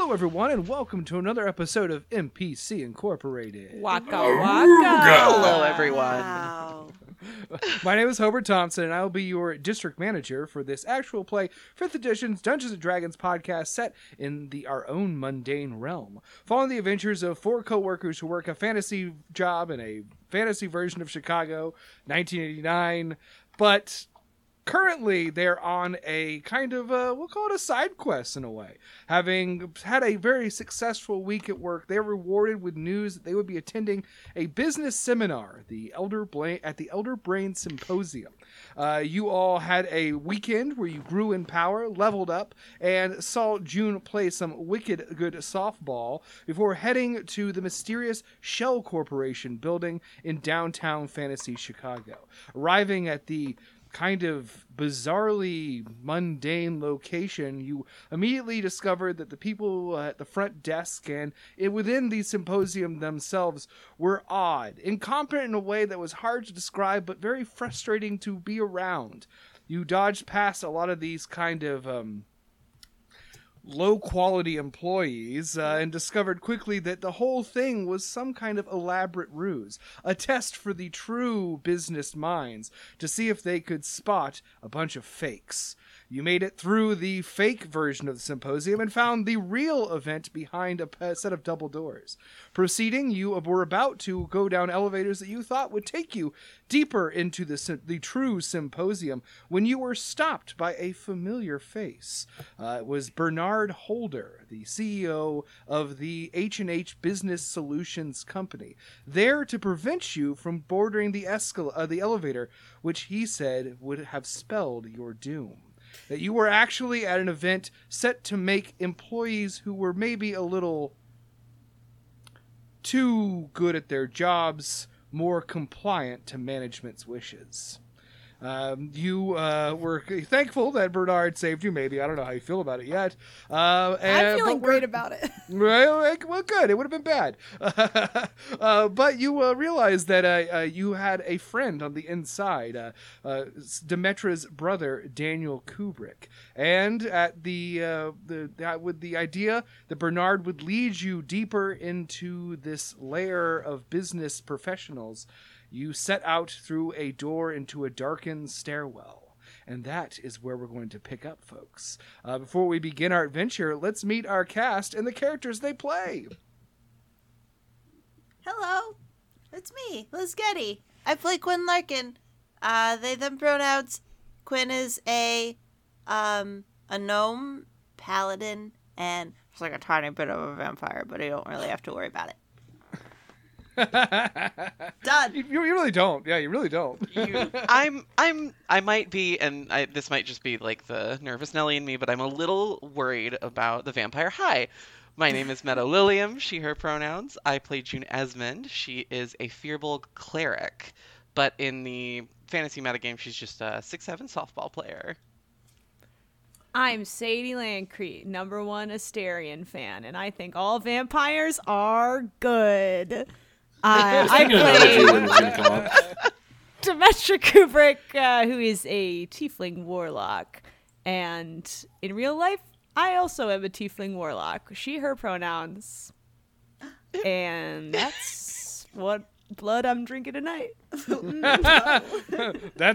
and welcome to another episode of MPC Incorporated. Waka Aruga. waka. Hello, everyone. Wow. My name is Hobart Thompson, and I will be your district manager for this actual play, 5th edition's Dungeons & Dragons podcast set in the our own mundane realm. Following the adventures of four co-workers who work a fantasy job in a fantasy version of Chicago, 1989, but currently they're on a kind of a, we'll call it a side quest in a way having had a very successful week at work they're rewarded with news that they would be attending a business seminar the elder Bla- at the elder brain symposium uh, you all had a weekend where you grew in power leveled up and saw june play some wicked good softball before heading to the mysterious shell corporation building in downtown fantasy chicago arriving at the kind of bizarrely mundane location, you immediately discovered that the people at the front desk and it, within the symposium themselves were odd, incompetent in a way that was hard to describe but very frustrating to be around. You dodged past a lot of these kind of. Um, low quality employees uh, and discovered quickly that the whole thing was some kind of elaborate ruse, a test for the true business minds to see if they could spot a bunch of fakes. You made it through the fake version of the symposium and found the real event behind a p- set of double doors. Proceeding, you were about to go down elevators that you thought would take you deeper into the, sym- the true symposium when you were stopped by a familiar face. Uh, it was Bernard Holder, the CEO of the H&H Business Solutions Company, there to prevent you from boarding the, escal- uh, the elevator, which he said would have spelled your doom that you were actually at an event set to make employees who were maybe a little too good at their jobs more compliant to management's wishes. Um, you uh, were thankful that Bernard saved you. Maybe I don't know how you feel about it yet. Uh, I'm and- feeling but we're- great about it. well, like, Oh, eh, well, good. It would have been bad. uh, but you uh, realized that uh, uh, you had a friend on the inside, uh, uh, S- Demetra's brother, Daniel Kubrick, and at the uh, the that with the idea that Bernard would lead you deeper into this layer of business professionals, you set out through a door into a darkened stairwell. And that is where we're going to pick up, folks. Uh, before we begin our adventure, let's meet our cast and the characters they play. Hello, it's me, Liz Getty. I play Quinn Larkin. Uh, they them pronouns. Quinn is a um a gnome paladin and it's like a tiny bit of a vampire, but I don't really have to worry about it. Done. You, you really don't. Yeah, you really don't. You, I'm, I'm, I might be, and I, this might just be like the nervous Nelly in me, but I'm a little worried about the vampire. Hi, my name is Meadow Lilium. She, her pronouns. I play June Esmond. She is a fearful cleric, but in the fantasy metagame, she's just a six-seven softball player. I'm Sadie Landcrete, number one Asterion fan, and I think all vampires are good. Uh, I was thinking another I play two that was gonna come up. Demetra Kubrick, uh, who is a tiefling warlock, and in real life, I also am a tiefling warlock. She, her pronouns, and that's what blood I'm drinking tonight. That's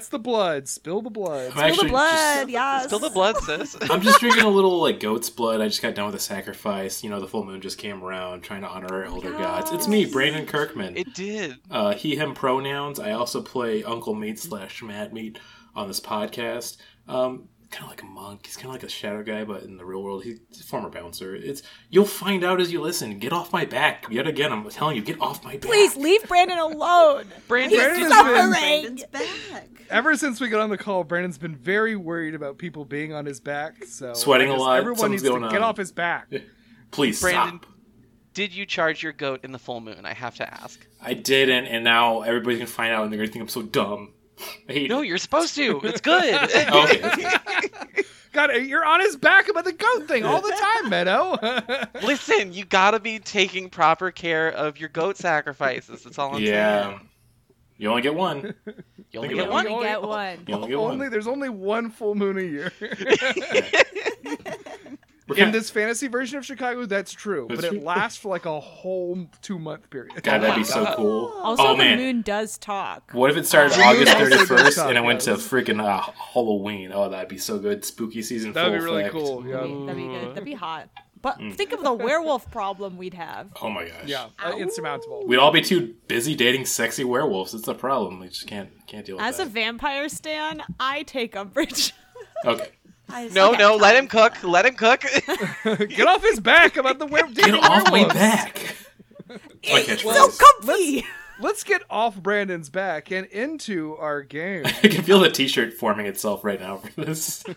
the blood. Spill the blood. I'm Spill actually the blood, yes. Still the blood, sis. just- I'm just drinking a little like goat's blood. I just got done with a sacrifice. You know, the full moon just came around, trying to honor our elder gods. It's me, Brandon Kirkman. It did. uh, he him pronouns. I also play Uncle Meat slash Mad Meat on this podcast. Um, kind of like a monk. He's kind of like a shadow guy, but in the real world, he's a former bouncer. It's you'll find out as you listen. Get off my back. Yet again, I'm telling you, get off my back. Please leave Brandon alone. Brandon, Brandon did- is- Suffering. Brandon's back. Ever since we got on the call, Brandon's been very worried about people being on his back. So Sweating I a guess lot, Everyone something's needs to going get on. off his back. Please, Brandon- stop. did you charge your goat in the full moon? I have to ask. I didn't, and now everybody's gonna find out, and they're gonna think I'm so dumb. I hate No, it. you're supposed to. It's good. Oh, okay, that's good. God, eh, you're on his back about the goat thing all the time, Meadow. Listen, you gotta be taking proper care of your goat sacrifices. That's all I'm yeah, saying. you only get one. You only Think get about one. You get one. You only get only one. there's only one full moon a year. We're in kind- this fantasy version of Chicago, that's true, but That's it true. lasts for like a whole two month period. God, that'd be so God. cool. Also, oh the man, moon does talk. what if it started The moon August also thirty does first talk, and it went to yes. freaking uh, Halloween? Oh, that'd be so good. Spooky season. That'd be full really effect. cool. Yeah, That'd be, that'd be good. Ooh. That'd be hot. But Mm. think of the werewolf problem we'd have. Oh my gosh. yeah, uh, insurmountable. We'd all be too busy dating sexy werewolves. It's a problem. We just can't can't deal with As a that. vampire stan, I take umbrage. okay. I No, see. no, let him cook. Let him cook. Get off his back about the were- Get dating off my werewolves. back. My catchphrase. so comfy. Let's get off Brandon's back and into our game. I can feel the T-shirt forming itself right now for this.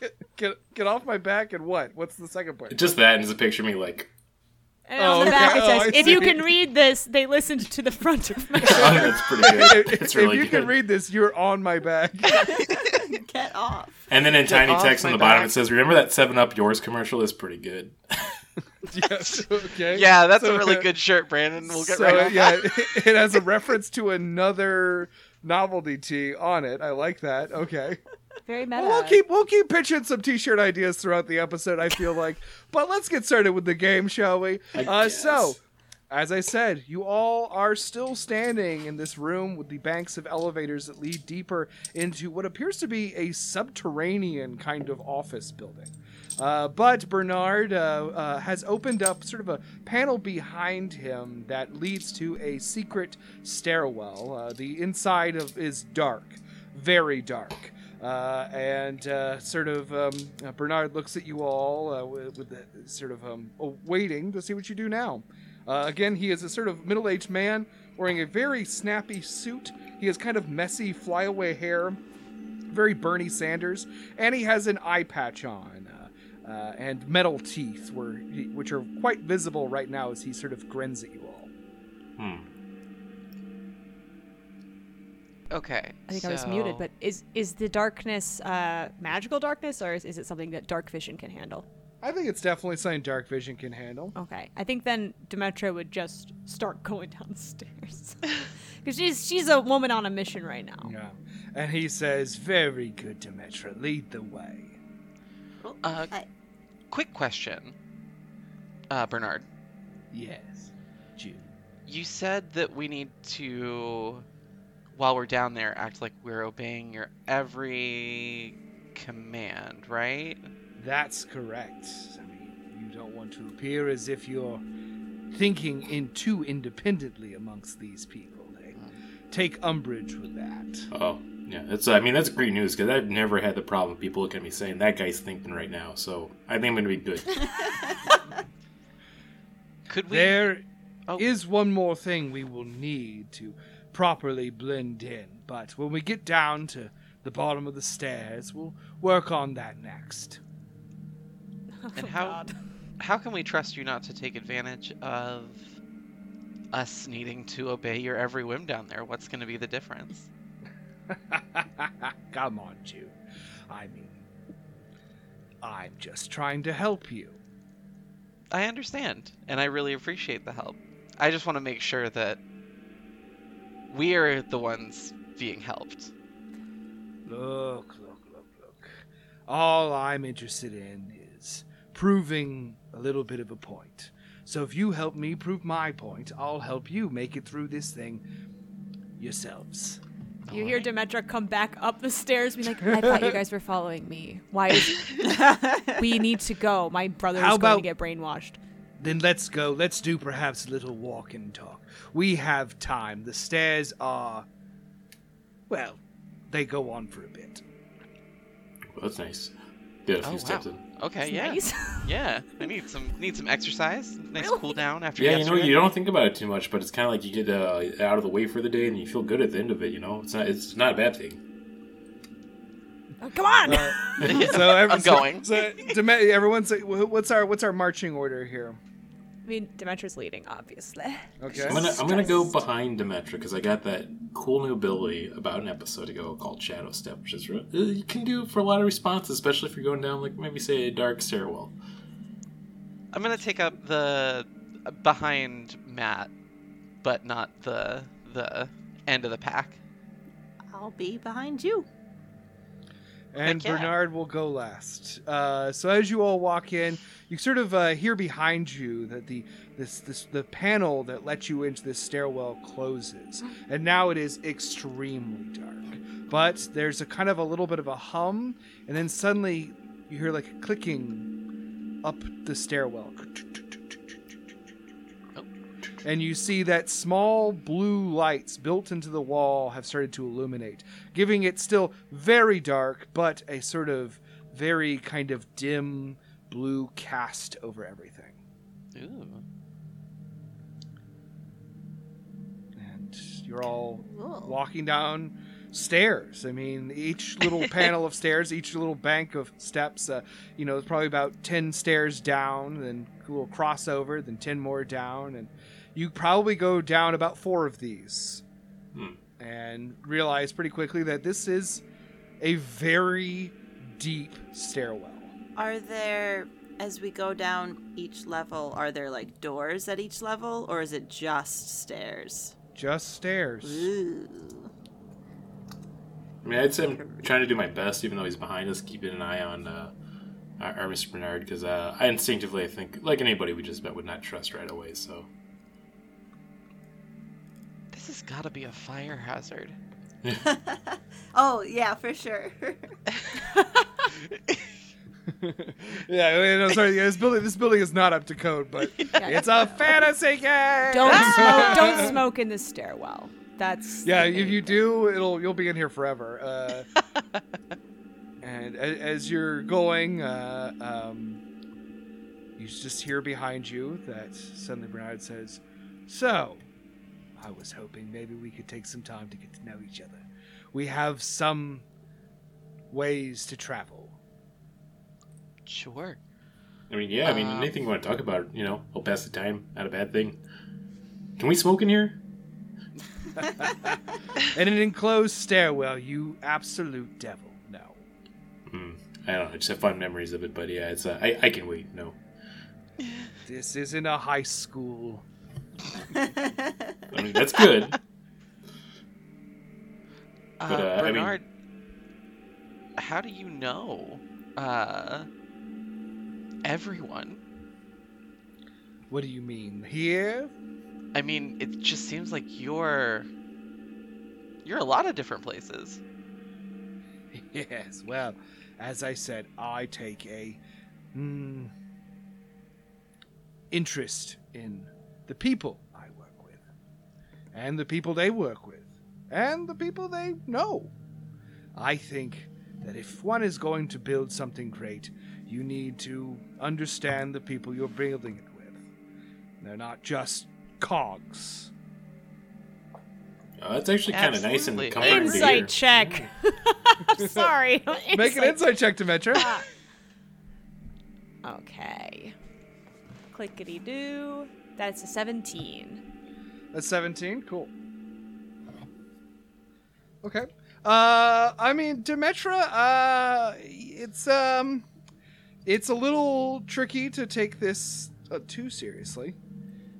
Get, get, get off my back and what? What's the second part? Just that, and just a picture of me like And on Oh, the back okay. it Oh, says, I "If you see. can read this, they listened to the front of my." Oh, that's pretty good. If, It's really if you good. can read this, you're on my back. Get off. and then in tiny off text on my the bottom, back. it says, "Remember that Seven Up Yours commercial is pretty good." yes. Okay. yeah, that's So, a really uh, good shirt, Brandon. We'll get so right on yeah, that. it, it has a reference to another novelty tea on it. I like that. Okay. Very meta. Well, we'll keep we'll keep pitching some t-shirt ideas throughout the episode. I feel like, but let's get started with the game, shall we? I Uh, so, guess. as I said, you all are still standing in this room with the banks of elevators that lead deeper into what appears to be a subterranean kind of office building. Uh, but Bernard uh, uh, has opened up sort of a panel behind him that leads to a secret stairwell. Uh, the inside of is dark, very dark. Uh, and uh, sort of um, uh, Bernard looks at you all uh, with, with the, sort of um, waiting to see what you do now. Uh, again, he is a sort of middle aged man wearing a very snappy suit. He has kind of messy flyaway hair, very Bernie Sanders, and he has an eye patch on. uh, Uh, and metal teeth, were, which are quite visible right now as he sort of grins at you all. Hmm. Okay. I think I was muted, but is is the darkness uh, magical darkness, or is, is it something that dark vision can handle? I think it's definitely something Dark Vision can handle. Okay, I think then Demetra would just start going downstairs because she's she's a woman on a mission right now. Yeah. And he says, Very good, Demetra, lead the way. Uh, I- quick question, uh, Bernard. Yes. June. You said that we need to, while we're down there, act like we're obeying your every command, right? That's correct. I mean, you don't want to appear as if you're thinking in too independently amongst these people. They take umbrage with that. Oh, yeah. That's. I mean, that's great news because I've never had the problem. People looking at me saying that guy's thinking right now. So I think I'm gonna be good. Could we? There is Oh. one more thing we will need to properly blend in, but when we get down to the bottom of the stairs, we'll work on that next. And Oh, how- God. How can we trust you not to take advantage of us needing to obey your every whim down there? What's going to be the difference? Come on, June. I mean, I'm just trying to help you. I understand, and I really appreciate the help. I just want to make sure that we are the ones being helped. Look, look, look, look. All I'm interested in is proving a little bit of a point. So if you help me prove my point, I'll help you make it through this thing yourselves. you hear Demetra come back up the stairs, be like, "I thought you guys were following me. Why? Is, we need to go. My brother is How going about- to get brainwashed." Then let's go. Let's do perhaps a little walk and talk. We have time. The stairs are. Well, they go on for a bit. Well, that's nice. Did a few Oh, steps wow. in. Okay, It's yeah. nice. Yeah, I need some need some exercise. Nice Really? cool down after Yeah, you know, yesterday. you don't think about it too much, but it's kind of like you get uh, out of the way for the day, and you feel good at the end of it. You know, it's not. It's not a bad thing. Oh, come on. so every, I'm going. So, so Deme- everyone's what's our what's our marching order here? I mean, Demetra's leading, obviously. Okay. I'm gonna. I'm gonna go behind Demetra because I got that cool new ability about an episode ago called Shadow Step, which is re- uh, you can do it for a lot of responses, especially if you're going down like maybe say a dark stairwell. I'm gonna take up the uh, behind Matt, but not the the end of the pack. I'll be behind you. and yeah. Bernard will go last. Uh, so as you all walk in, you sort of uh, hear behind you that the this this the panel that lets you into this stairwell closes, and now it is extremely dark. But there's a kind of a little bit of a hum, and then suddenly you hear like a clicking up the stairwell. And you see that small blue lights built into the wall have started to illuminate, giving it still very dark, but a sort of very kind of dim blue cast over everything. Ooh. And you're all Cool. walking down stairs. I mean, each little panel of stairs, each little bank of steps, uh, you know, it's probably about 10 stairs down, then a little crossover, then 10 more down. And you probably go down about four of these Hmm. and realize pretty quickly that this is a very deep stairwell. Are there, as we go down each level, are there like doors at each level, or is it just stairs? Just stairs. Ooh. I mean, I'd say I'm trying to do my best, even though he's behind us, keeping an eye on uh, our, our Mr. Bernard, because uh, I instinctively, I think, like anybody we just met, would not trust right away. So, This has got to be a fire hazard. oh yeah, for sure. yeah, I mean, no, sorry. yeah, This building, this building is not up to code, but it's a fantasy game. Don't smoke. Don't smoke in the stairwell. That's Yeah, the if main you thing. do, it'll you'll be in here forever. Uh, and a- as you're going, uh, um, you just hear behind you that suddenly Bernard says, "So, I was hoping maybe we could take some time to get to know each other. We have some ways to travel." Sure. I mean, yeah, I mean, Um, anything you want to talk about, you know, we'll pass the time. Not a bad thing. Can we smoke in here? In an enclosed stairwell, you absolute devil. No. Mm, I don't know. I just have fond memories of it, but yeah, it's uh, I, I can wait. No. This isn't a high school. I mean, that's good. Uh, But, uh, I mean- Bernard, how do you know uh, everyone? What do you mean? Here? I mean, it just seems like you're you're a lot of different places. Yes, well, as I said, I take a mm, interest in the people I work with, and the people they work with, and the people they know. I think that if one is going to build something great, you need to understand the people you're building it with. They're not just cogs. Uh, that's actually kind of nice and Absolutely. comforting to hear. Insight check. I'm sorry. Make an insight check, Demetra. Okay. Clickety doo. That's a 17. That's 17. Cool. Okay. Uh, I mean, Demetra, uh, it's, um, it's a little tricky to take this uh, too seriously.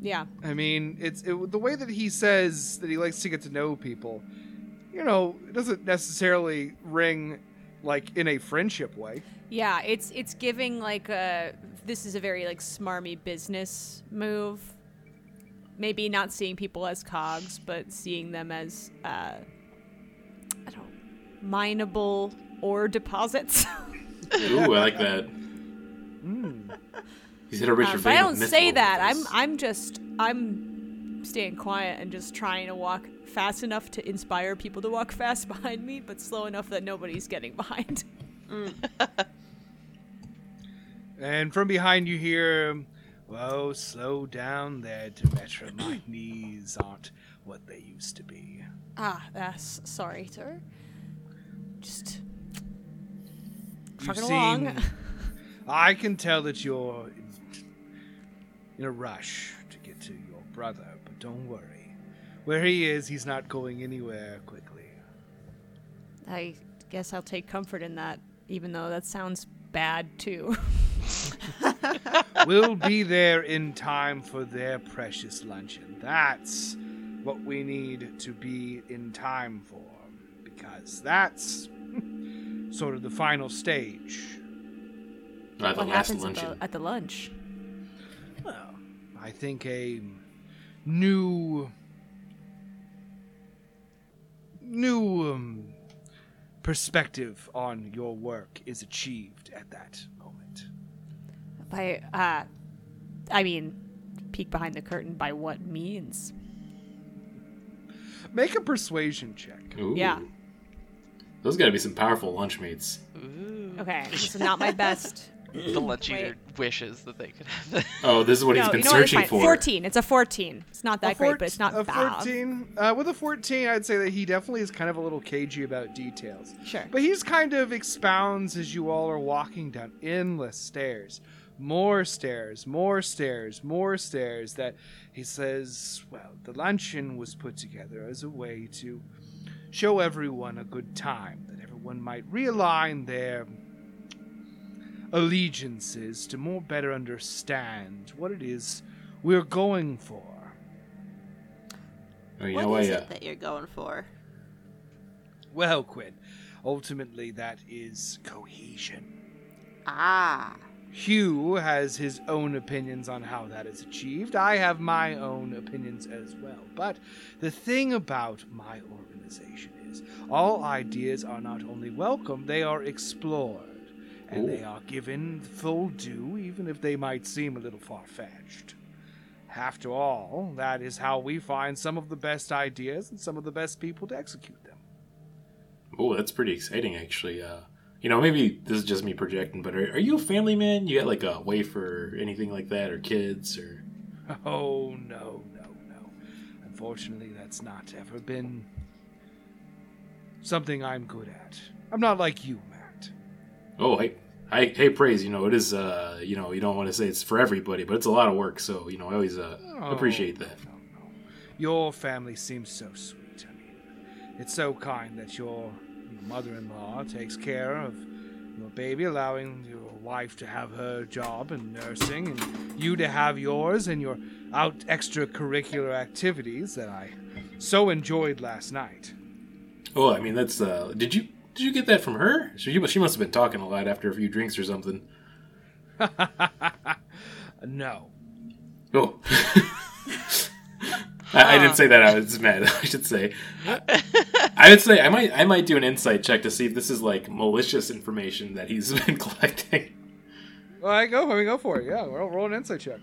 Yeah. I mean, it's it, the way that he says that he likes to get to know people, you know, it doesn't necessarily ring like in a friendship way. Yeah, it's it's giving like a this is a very like smarmy business move. Maybe not seeing people as cogs, but seeing them as uh I don't mineable ore deposits. Ooh, I like that. Hmm. He's hit a richer Um, vein but I of don't myth say over that. I'm this. I'm just I'm staying quiet and just trying to walk fast enough to inspire people to walk fast behind me, but slow enough that nobody's getting behind. And from behind you hear, "Whoa, slow down there, Demetra. My knees aren't what they used to be." Ah, that's sorry, sir. Just You've trucking along. seen- I can tell that you're in, in a rush to get to your brother, but don't worry. Where he is, he's not going anywhere quickly. I guess I'll take comfort in that, even though that sounds bad too. we'll be there in time for their precious luncheon. That's what we need to be in time for, because that's sort of the final stage. Uh, the what last happens at the- luncheon. at the lunch? Well, I think a new new um, perspective on your work is achieved at that moment. By uh, I mean, peek behind the curtain by what means? Make a persuasion check. Ooh. Yeah. Those got to be some powerful lunch meats. Okay, this is not my best. The lunch Wait. eater wishes that they could have that. Oh, this is what no, he's been you know what? It's fine. searching for. Fourteen. It's a fourteen. It's not A that great, fourt- but it's not a bad. fourteen. Uh, with a fourteen, I'd say that he definitely is kind of a little cagey about details. Sure. But he's kind of expounds as you all are walking down endless stairs. More stairs, more stairs, more stairs. That he says, well, the luncheon was put together as a way to show everyone a good time, that everyone might realign their allegiances to more better understand what it is we're going for. Oh, you What is know what? Yeah. it that you're going for? Well, Quinn, ultimately that is cohesion. Ah. Hugh has his own opinions on how that is achieved. I have my own opinions as well. But the thing about my organization is all ideas are not only welcome, they are explored. And Ooh. they are given full due, even if they might seem a little far fetched. After all, that is how we find some of the best ideas and some of the best people to execute them. Oh, that's pretty exciting, actually. Uh, you know, maybe this is just me projecting, but are, are you a family man? You got like a wife or anything like that, or kids, or Oh, no, no, no. Unfortunately, that's not ever been something I'm good at. I'm not like you, Matt. oh, hey, I, hey, praise. You know, it is. Uh, you know, you don't want to say it's for everybody, but it's a lot of work. So you know, I always uh, appreciate Oh, that. No, no, no. Your family seems so sweet. I mean, it's so kind that your, your mother in law takes care of your baby, allowing your wife to have her job and nursing, and you to have yours and your out extracurricular activities that I so enjoyed last night. Oh, I mean, that's. Uh, did you did you get that from her? She she must have been talking a lot after a few drinks or something. no. Oh. I, I didn't say that. I was mad. I should say. I would say I might. I might do an insight check to see if this is like malicious information that he's been collecting. All right, go for it. Go for it. Yeah, roll, roll an insight check.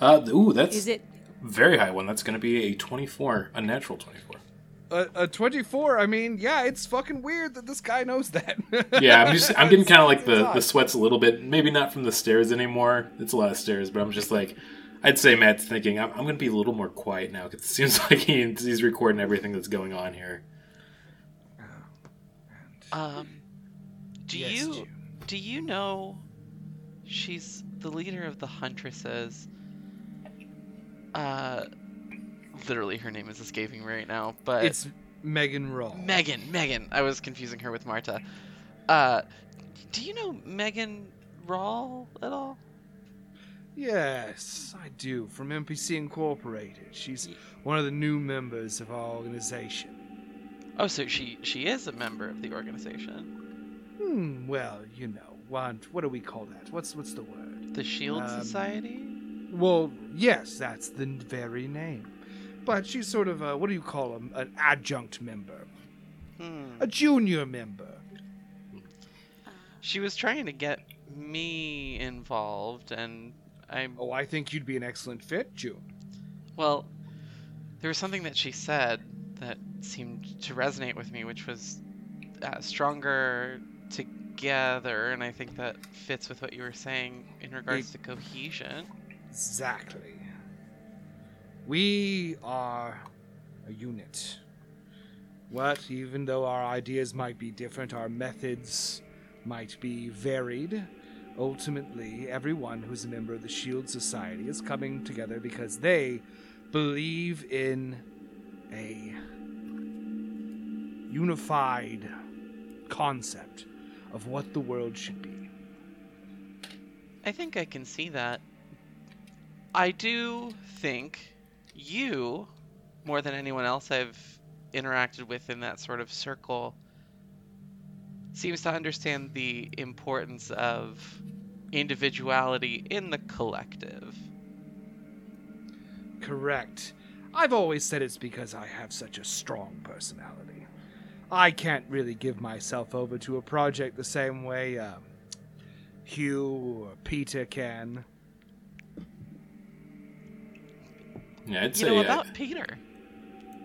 Uh, ooh, that's Is it? very high one. That's going to be a twenty-four, a natural twenty-four. A, a 24, I mean, yeah, it's fucking weird that this guy knows that. Yeah, I'm just. I'm getting kind of like It's the odd. the sweats a little bit. Maybe not from the stairs anymore. It's a lot of stairs, but I'm just like. I'd say Matt's thinking I'm, I'm going to be a little more quiet now because it seems like he, he's recording everything that's going on here. Um, do Yes, you June. do you know she's the leader of the huntresses? Uh, literally, her name is escaping me right now, but It's Megan Raw. Megan. Megan. I was confusing her with Marta. Uh, do you know Megan Rawl at all? yes, I do, from NPC Incorporated. She's one of the new members of our organization. Oh, so she she is a member of the organization, Hmm, well, you know, what, what do we call that? What's, what's the word? the Shield Um, Society. Well, yes, that's the n- very name. But she's sort of a, what do you call them? An adjunct member, Hmm. a junior member. She was trying to get me involved, and I Oh, I think you'd be an excellent fit, June. Well, there was something that she said that seemed to resonate with me, which was uh, stronger together, and I think that fits with what you were saying in regards to cohesion. Exactly. We are a unit. What, even though our ideas might be different, our methods might be varied, ultimately, everyone who's a member of the Shield E Society is coming together because they believe in a unified concept of what the world should be. I think I can see that. I do think you, more than anyone else I've interacted with in that sort of circle, seems to understand the importance of individuality in the collective. Correct. I've always said it's because I have such a strong personality. I can't really give myself over to a project the same way um, Hugh or Peter can. Yeah, I'd You say know uh, about Peter.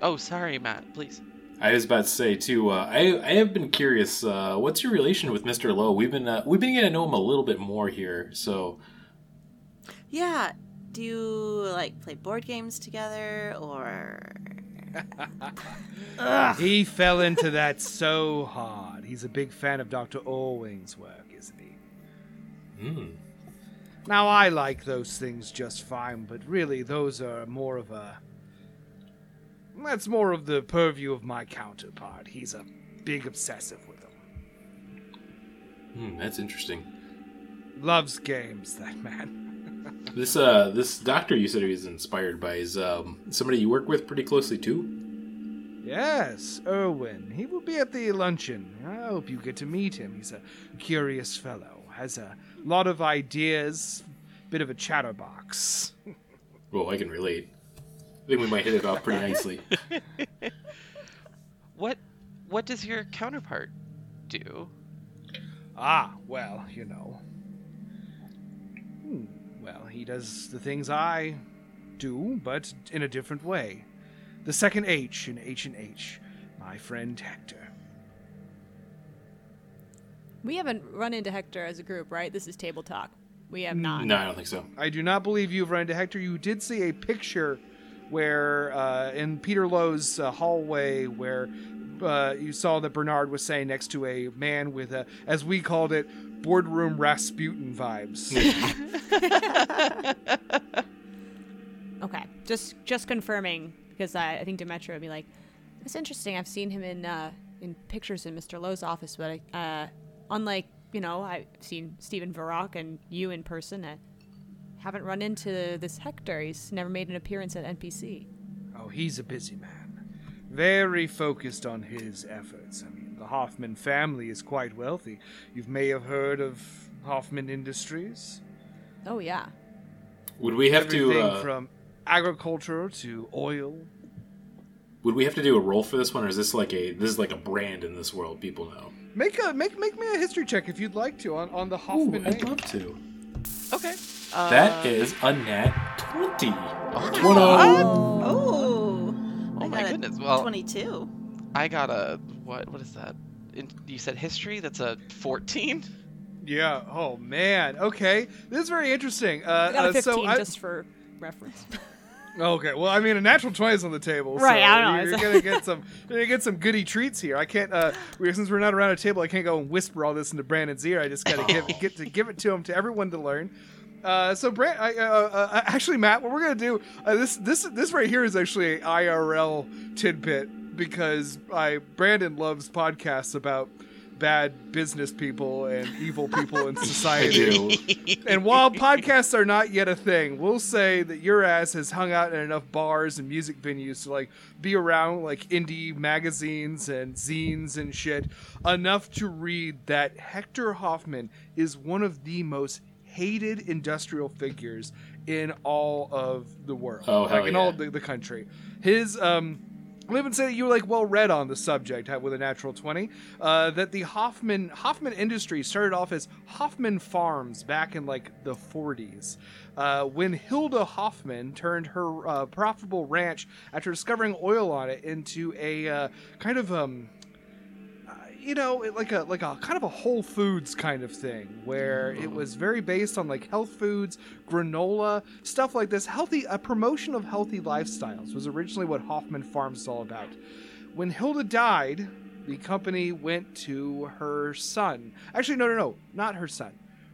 Oh, sorry, Matt. Please. I was about to say too. Uh, I I have been curious. Uh, what's your relation with Mister Lowe? We've been uh, we've been getting to know him a little bit more here. So Yeah. Do you like play board games together or He fell into that so hard. He's a big fan of Dr. Orwing's work, isn't he? mm, Now, I like those things just fine, but really, those are more of a. That's more of the purview of my counterpart. He's a big obsessive with them. mm, that's interesting. Loves games, that man. This uh this doctor you said he was inspired by is um somebody you work with pretty closely too. Yes, Erwin. He will be at the luncheon. I hope you get to meet him. He's a curious fellow, has a lot of ideas, bit of a chatterbox. Well, I can relate. I think we might hit it off pretty nicely. What what does your counterpart do? Ah, well, you know. Hmm, Well, he does the things I do, but in a different way. The second H in H and H, my friend Hector. We haven't run into Hector as a group, right? This is table talk. We Hmm. have not. No, I don't think so. I do not believe you've run into Hector. You did see a picture where, uh, in Peter Lowe's uh, hallway, where uh, you saw that Bernard was saying next to a man with a, as we called it, boardroom Rasputin vibes. Okay, just just confirming because I, I think Demetra would be like, "That's interesting. I've seen him in uh, in pictures in Mr. Lowe's office, but I, uh, unlike you know, I've seen Stephen Varrock and you in person. I haven't run into this Hector. He's never made an appearance at NPC. Oh, he's a busy man. Very focused on his efforts. I mean, the Hoffman family is quite wealthy. You may have heard of Hoffman Industries. Oh yeah, Would we have Everything to uh, from agriculture to oil. would we have to do a roll for this one, or is this like a this is like a brand in this world? People know. Make a make make me a history check if you'd like to on, on the Ooh, Hoffman I'd name. love to. Uh, Okay. That is a nat twenty. What? Oh, Oh I my got a goodness. Well, 22. I got a what? What is that? In, you said history. That's a fourteen. Yeah. Oh man. Okay. This is very interesting. Uh, I got uh, a fifteen so I, just for reference. okay. Well, I mean, a natural twenty is on the table. So Right, I know, You're it's- gonna get some. You're gonna get some goody treats here. I can't. Uh, we- since we're not around a table, I can't go and whisper all this into Brandon's ear. I just gotta give, Oh. get to give it to him to everyone to learn. Uh, so, Brand, I, uh, uh, actually, Matt, what we're gonna do uh, this this this right here is actually a IRL tidbit because I Brandon loves podcasts about bad business people and evil people in I society. do. And while podcasts are not yet a thing, we'll say that your ass has hung out in enough bars and music venues to like be around like indie magazines and zines and shit enough to read that Hector Hoffman is one of the most hated industrial figures in all of the world, Oh, like hell in all yeah. the, the country. His um. I even say that you were like well read on the subject ha- with a natural twenty. Uh, that the Hoffman Hoffman Industries started off as Hoffman Farms back in like the forties, uh, when Hilda Hoffman turned her uh, profitable ranch after discovering oil on it into a uh, kind of um, you know, it- like a like a kind of a Whole Foods kind of thing, where it was very based on like health foods, granola, stuff like this. Healthy, a promotion of healthy lifestyles was originally what Hoffman Farms is all about. When Hilda died, the company went to her son. Actually, no, no, no, not her son,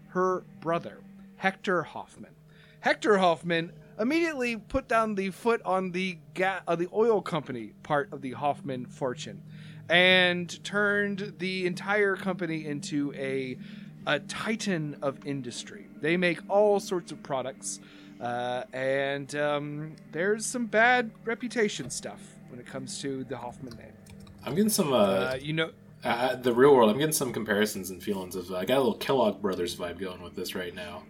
her brother, Hector Hoffman. Hector Hoffman immediately put down the foot on the ga- uh, the oil company part of the Hoffman fortune and turned the entire company into a a titan of industry. They make all sorts of products, uh, and um, there's some bad reputation stuff when it comes to the Hoffman name. I'm getting some. Uh, Uh, you know, Uh, the real world, I'm getting some comparisons and feelings of. uh, I got a little Kellogg Brothers vibe going with this right now.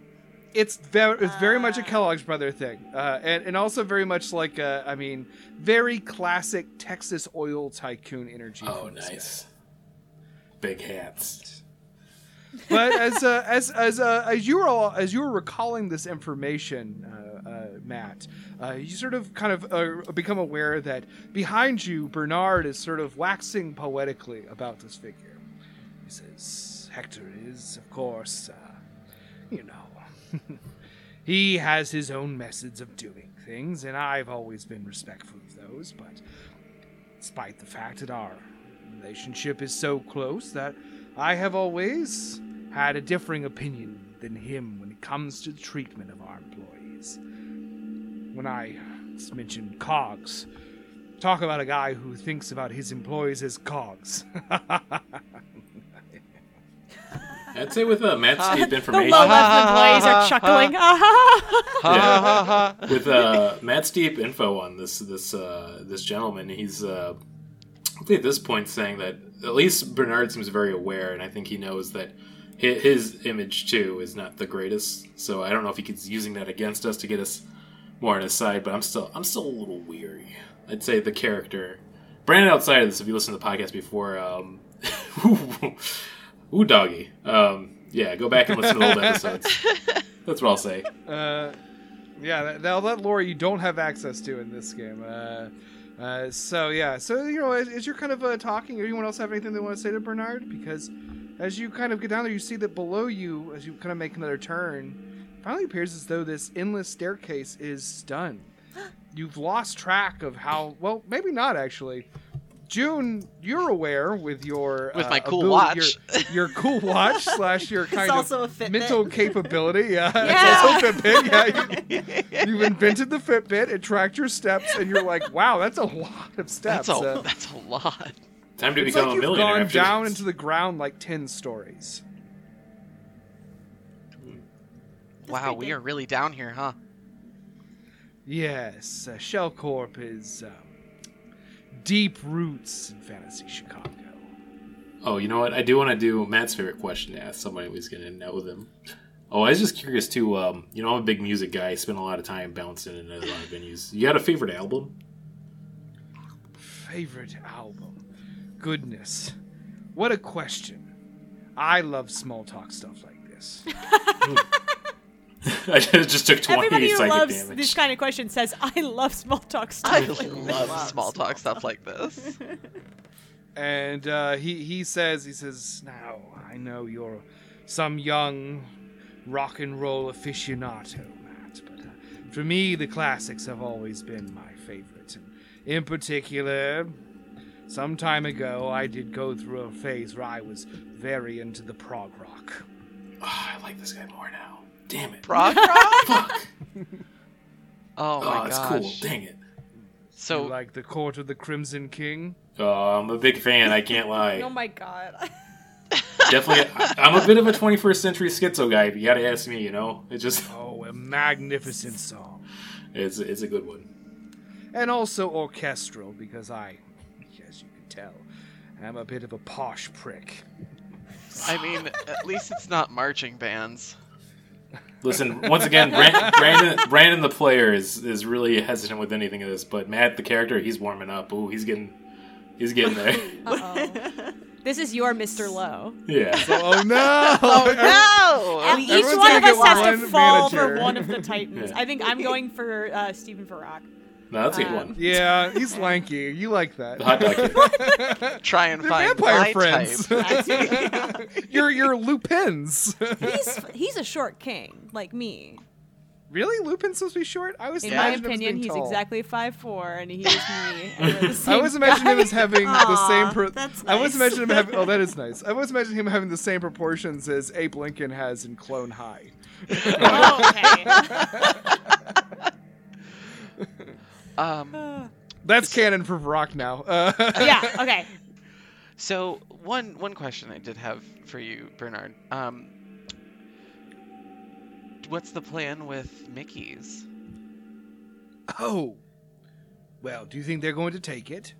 It's very, it's very much a Kellogg's brother thing, uh, and and also very much like uh, I mean, very classic Texas oil tycoon energy. Oh, from this guy. nice. Big hats. But as uh, as as uh, as you were all, as you were recalling this information, uh, uh, Matt, uh, you sort of kind of uh, become aware that behind you, Bernard is sort of waxing poetically about this figure. He says, "Hector is, of course, uh, you know." He has his own methods of doing things, and I've always been respectful of those, but despite the fact that our relationship is so close that I have always had a differing opinion than him when it comes to the treatment of our employees. When I just mentioned cogs, talk about a guy who thinks about his employees as cogs. I'd say with uh, Matt's deep The information. low employees are chuckling. Ha Yeah. ha ha. with uh, Matt's deep info on this this uh, this gentleman, he's uh, I think at this point saying that at least Bernard seems very aware, and I think he knows that hi- his image too is not the greatest. So I don't know if he keeps using that against us to get us more on his side, but I'm still I'm still a little weary. I'd say the character Brandon outside of this, if you listen to the podcast before, um, ooh, ooh doggy, um, yeah, go back and listen to old episodes. That's what I'll say. Uh, yeah, that, now that lore you don't have access to in this game. Uh, uh, so yeah, so you know, as, as you're kind of uh, talking, anyone else have anything they want to say to Bernard? Because as you kind of get down there, you see that below you, as you kind of make another turn, finally appears as though this endless staircase is stunned. You've lost track of how well, maybe not actually. June, you're aware with your With uh, my cool ability- watch. your, your cool watch slash your kind of also a Fitbit. mental capability. Yeah, Yeah. it's also Fitbit. Yeah, you, you've invented the Fitbit. It tracked your steps, and you're like, wow, that's a lot of steps. That's a Uh, that's a lot. Time to it's become like a you've millionaire. gone after down this. into the ground like ten stories. Wow, we are really down here, huh? Yes, uh, Shell Corp is um, deep roots in fantasy Chicago. Oh, you know what? I do want to do Matt's favorite question to ask somebody who's going to know them. Oh, I was just curious too. Um, you know, I'm a big music guy. I spend a lot of time bouncing in a lot of venues. You got a favorite album? Favorite album? Goodness, what a question! I love small talk stuff like this. I just took 20 Everybody who psychic loves damage. this kind of question says, "I love small talk stuff." I like love small talk stuff like this. and uh, he he says he says now I know you're some young rock and roll aficionado, Matt, but uh, for me the classics have always been my favorite, and in particular. Some time ago, I did go through a phase where I was very into the prog rock. Ah, I like this guy more now. Damn it! Prog rock? Fuck! Oh Oh, my it's gosh. cool. Dang it! You So like the Court of the Crimson King? Oh, I'm a big fan. I can't lie. Oh my god. Definitely, I, I'm a bit of a 21st century schizo guy. If you got to ask me, you know, it just Oh, a magnificent song. it's it's a good one. and also orchestral because I, as you can tell, am a bit of a posh prick. I mean, at least it's not marching bands. Listen, once again, Brand, Brandon, Brandon the player is, is really hesitant with anything of this, but Matt the character, he's warming up. Ooh, he's getting he's getting there. This is your Mr. Low. yeah. Oh no! No! Each Everyone's one of gonna us get has to one fall for manager. one of the Titans. Yeah. I think I'm going for uh, Stephen Farrock. No, that's a good one. yeah, he's lanky. You like that? The hot dog kid. Try and They're find vampire my friends. type. you're you're Lupin's. He's he's a short king, like me. really, Lupin's supposed to be short? I was In my imagining him as opinion, being he's tall. exactly five four, and he's me. and we're the I same always imagining him guy. as having the same. Aw, Pro- that's I always nice. imagine him having. Oh, that is nice. I always imagine him having the same proportions as Abe Lincoln has in Clone High. Oh, Um, okay. That's canon for Rock now. Uh, yeah. Okay. so one one question I did have for you, Bernard. Um, what's the plan with Mickey's? Oh. Well, do you think they're going to take it?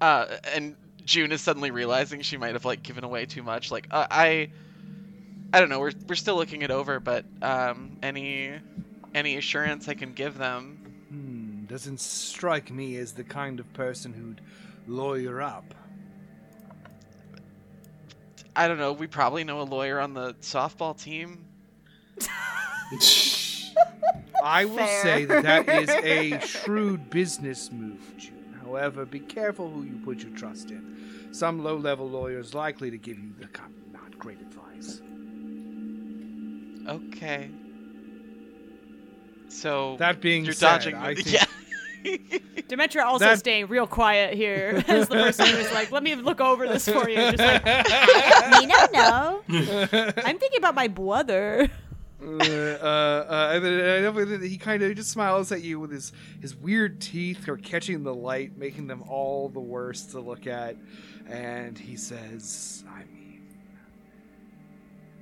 Uh, and June is suddenly realizing she might have like given away too much. Like uh, I, I don't know. We're we're still looking it over, but um, any any assurance I can give them? Hmm, doesn't strike me as the kind of person who'd lawyer up. I don't know. We probably know a lawyer on the softball team. I will Fair. say that that is a shrewd business move, June. However, be careful who you put your trust in. Some low level lawyer is likely to give you the kind of not great advice. Okay. So That being you're said, dodging. I the- think- yeah. Demetra also That- staying real quiet here as the person who's like, let me look over this for you. Just like, Me no no. I'm thinking about my brother. uh, uh, and then I definitely think that he kind of just smiles at you with his his weird teeth are catching the light, making them all the worse to look at. And he says, "I mean,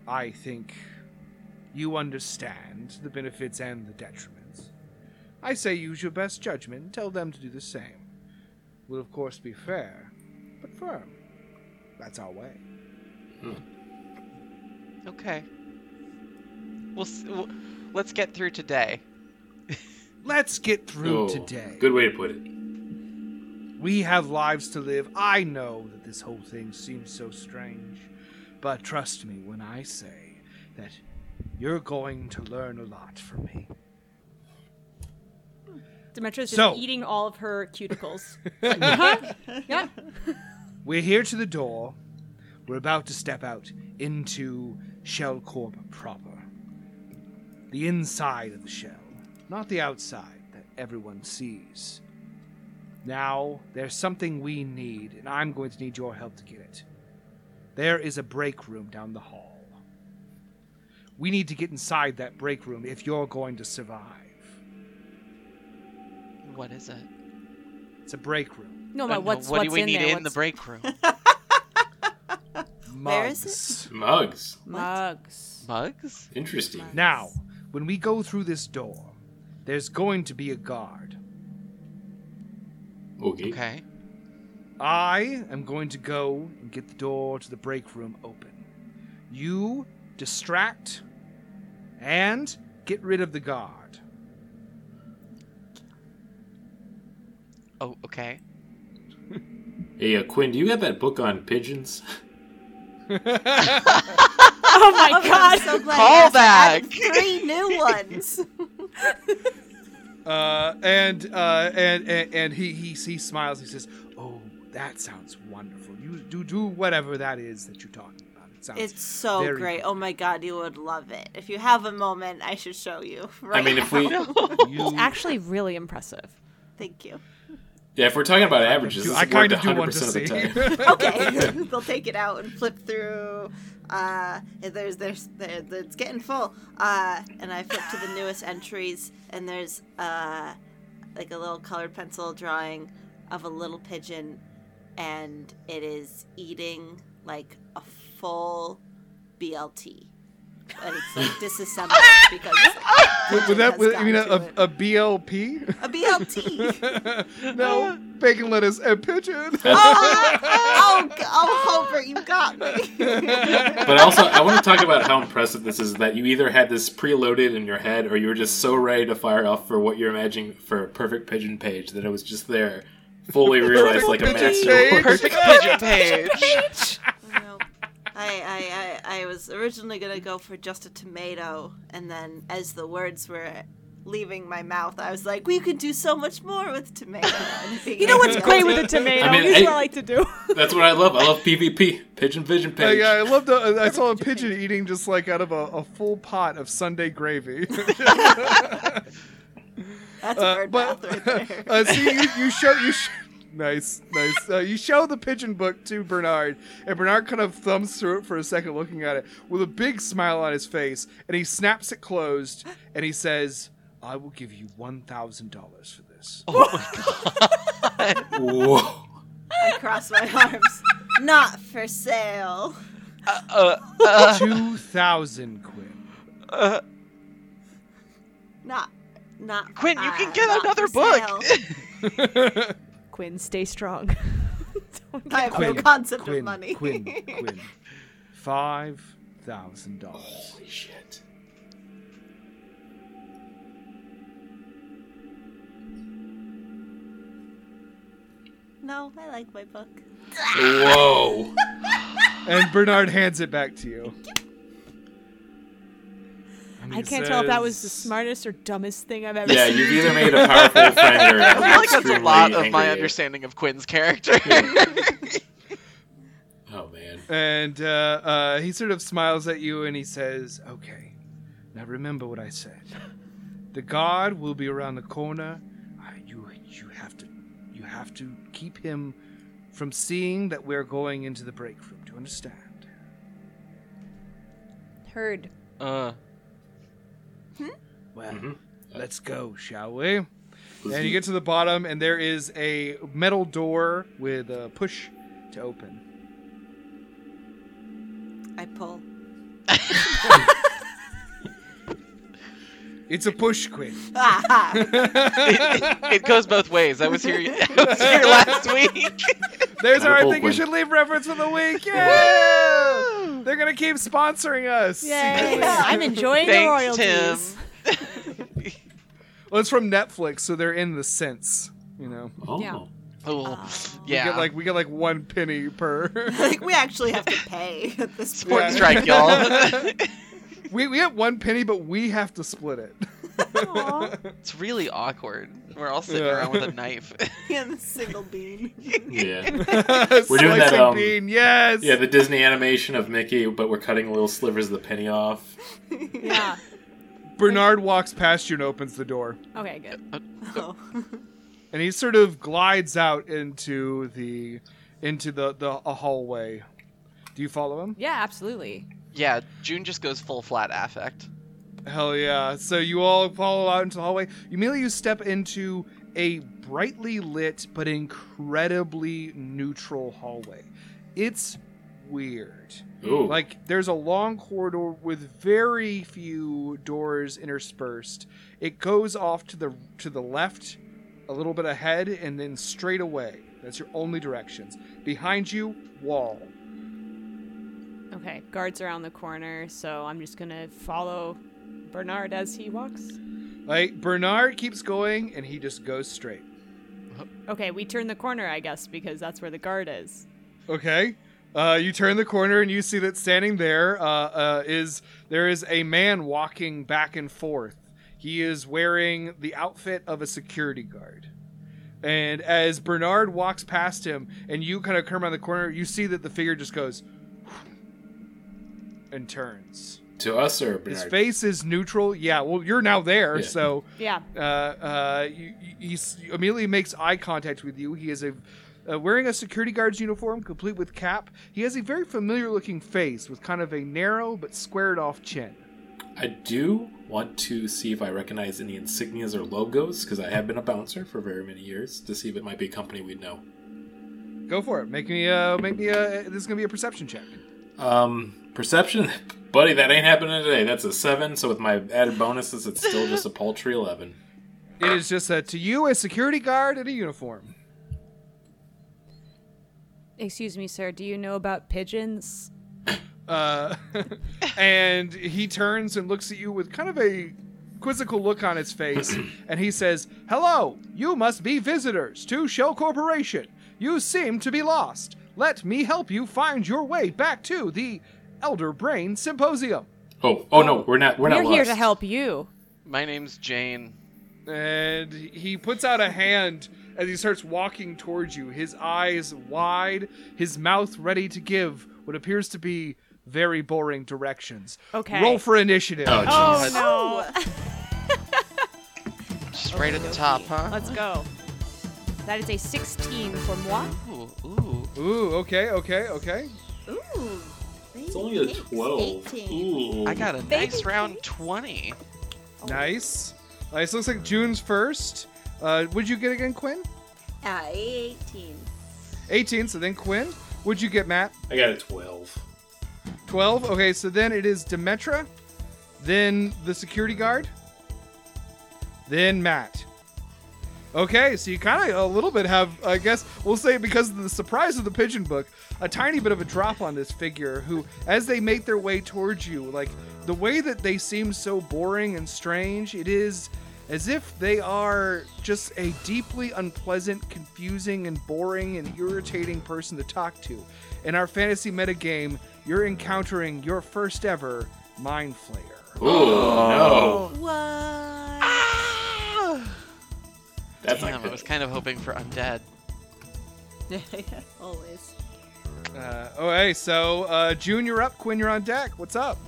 I think you understand the benefits and the detriments. I say use your best judgment. Tell them to do the same. We'll of course be fair, but firm. That's our way." Okay. We'll, s- we'll let's get through today. Let's get through Oh, today. Good way to put it. We have lives to live. I know that this whole thing seems so strange, but trust me when I say that you're going to learn a lot from me. Demetra's just So- eating all of her cuticles. Like, huh? Yeah. We're here to the door. We're about to step out into Shellcorp proper. The inside of the shell, not the outside that everyone sees. Now, there's something we need, and I'm going to need your help to get it. There is a break room down the hall. We need to get inside that break room if you're going to survive. What is it? It's a break room. No, Uh, but no, what's, what what's do we in need there? in the What's- break room? Where is it? Mugs. Mugs. Mugs. Mugs? Interesting. Now, when we go through this door, there's going to be a guard. Okay. Okay. I am going to go and get the door to the break room open. You distract and get rid of the guard. Oh, okay. Hey, uh, Quinn, do you have that book on pigeons? Oh my Oh, god. I'm so glad you asked. I added Callback. Three new ones. Uh, and, uh, and and and he he he smiles. He says, "Oh, that sounds wonderful. You do do whatever that is that you're talking about. It sounds It's so very great. Oh my god, you would love it. If you have a moment, I should show you. Right I mean, if we now. you- It's actually really impressive. Thank you. yeah, if we're talking about averages, this I worked kind of do 100% want to of see. the time. Okay, they'll take it out and flip through. Uh, there's there's there, it's getting full. Uh, and I flip to the newest entries, and there's uh, like a little colored pencil drawing of a little pigeon, and it is eating like a full BLT. And it's like disassembled because Would- would Oh, that has would, I mean a, gotten to a, a BLP? a BLT. no, bacon, lettuce, and pigeon. oh, oh, g- oh, Hobart, you got me. But also, I want to talk about how impressive this is that you either had this preloaded in your head or you were just so ready to fire off for what you're imagining for a perfect pigeon page that it was just there, fully realized like a Pigeon master. page. Perfect pigeon page. No. I, I, I, I was originally going to go for just a tomato, and then as the words were leaving my mouth, I was like, we could do so much more with tomato. You know what's great with a tomato? I mean, Here's I- what I like to do. That's what I love. I love PvP. Pigeon pigeon Uh, page. yeah, I love the. I saw a pigeon eating just like out of a, a full pot of Sunday gravy. That's a Uh, bird but mouth right there. uh, see, you, you show you. Sh- nice, nice. Uh, you show the pigeon book to Bernard, and Bernard kind of thumbs through it for a second, looking at it with a big smile on his face, and he snaps it closed, and he says, "I will give you one thousand dollars for this." Whoa. I cross my arms. Not for sale. Two thousand Quinn. Not, not. Quinn, you uh, can get not another for book. sale. Quinn, stay strong. I have no Quinn, concept Quinn, of money. Quinn, Quinn. Five thousand dollars. Holy shit. no, I like my book. Whoa. And Bernard hands it back to you. And I he can't tell if that was the says- smartest or dumbest thing I've ever yeah, seen. you've either made a powerful friend or I feel like that's a extremely lot of my angry. understanding of Quinn's character. Oh man. And uh, uh, he sort of smiles at you and he says, Okay, now remember what I said. The guard will be around the corner. I, you, you, have to, you have to keep him from seeing that we're going into the break room. Do you understand? Heard. uh, Well, Mhm. let's go, shall we? Let's And do- you get to the bottom, and there is a metal door with a push to open. I pull. It's a push quit. Ah, it, it goes both ways. I was here. I was here last week. There's our I Double think you win. should leave reference of the week. Yeah! They're gonna keep sponsoring us. Yay. Yeah. I'm enjoying the Thanks, Tim. royalties. Well, it's from Netflix, so they're in the sense. You know, Oh. Yeah. Oh, we Ah. yeah. get like we get like one penny per. like we actually have to pay at this Sport Yeah. point. strike, y'all. we we get one penny, but we have to split it. Aw. it's really awkward. We're all sitting Yeah. around with a knife. And the single bean. Yeah. We're doing that, um, Bean, yes. Yeah, the Disney animation of Mickey, but we're cutting little slivers of the penny off. yeah. Bernard walks past you and opens the door, Okay, good. Oh. and he sort of glides out into the into the the a hallway. Do you follow him? Yeah, absolutely. yeah, June just goes full flat affect. Hell yeah. So you all follow out into the hallway. You immediately you step into a brightly lit but incredibly neutral hallway. It's weird. Ooh. Like there's a long corridor with very few doors interspersed. It goes off to the to the left, a little bit ahead, and then straight away. That's your only directions. Behind you, wall. Okay, guards around the corner, so I'm just gonna follow Bernard as he walks. Like Bernard keeps going and he just goes straight. Okay, we turn the corner, I guess, because that's where the guard is. Okay. Uh, you turn the corner and you see that standing there uh, uh, is there is a man walking back and forth. He is wearing the outfit of a security guard. And as Bernard walks past him and you kind of come around the corner, you see that the figure just goes and turns. to us or Bernard? His face is neutral. Yeah, well, you're now there, Yeah. so Yeah. uh, uh, you- you- he s- immediately makes eye contact with you. He is a uh, wearing a security guard's uniform, complete with cap. He has a very familiar-looking face with kind of a narrow but squared-off chin. I do want to see if I recognize any insignias or logos because I have been a bouncer for very many years to see if it might be a company we'd know. Go for it. Make me. Uh, make me. Uh, this is gonna be a perception check. Um, perception, buddy, that ain't happening today. That's a seven. So with my added bonuses, it's still just a paltry eleven. It is just a, to you a security guard in a uniform. Excuse me, sir, do you know about pigeons? Uh, and he turns and looks at you with kind of a quizzical look on his face, and he says, "Hello, you must be visitors to Shell Corporation. You seem to be lost. Let me help you find your way back to the Elder Brain Symposium." Oh, oh no, we're not. We're We're not here lost. to help you. My name's Jane. And he puts out a hand as he starts walking towards you, his eyes wide, his mouth ready to give what appears to be very boring directions. Okay. Roll for initiative. Oh, Oh jeez. no. Just right at the top, huh? Let's go. That is a 16 for moi. Ooh, ooh. Ooh, okay, okay, okay. Ooh. It's only a twelve. 18. Ooh, I got a Baby nice round twenty. Nice. Nice. Looks like June's first. Uh, would you get again, Quinn? Ah, 18. 18, so then Quinn. Would you get Matt? I got a twelve. 12. Okay, so then it is Demetra, then the security guard, then Matt. Okay, so you kind of a little bit have, I guess, we'll say because of the surprise of the pigeon book, a tiny bit of a drop on this figure who, as they make their way towards you, like the way that they seem so boring and strange, it is as if they are just a deeply unpleasant, confusing, and boring and irritating person to talk to. In our fantasy metagame, you're encountering your first ever Mind Flayer. no. What? That's not Damn, I good. was kind of hoping for undead. Always. Uh, oh, hey, so uh, June, you're up. Quinn, you're on deck. What's up?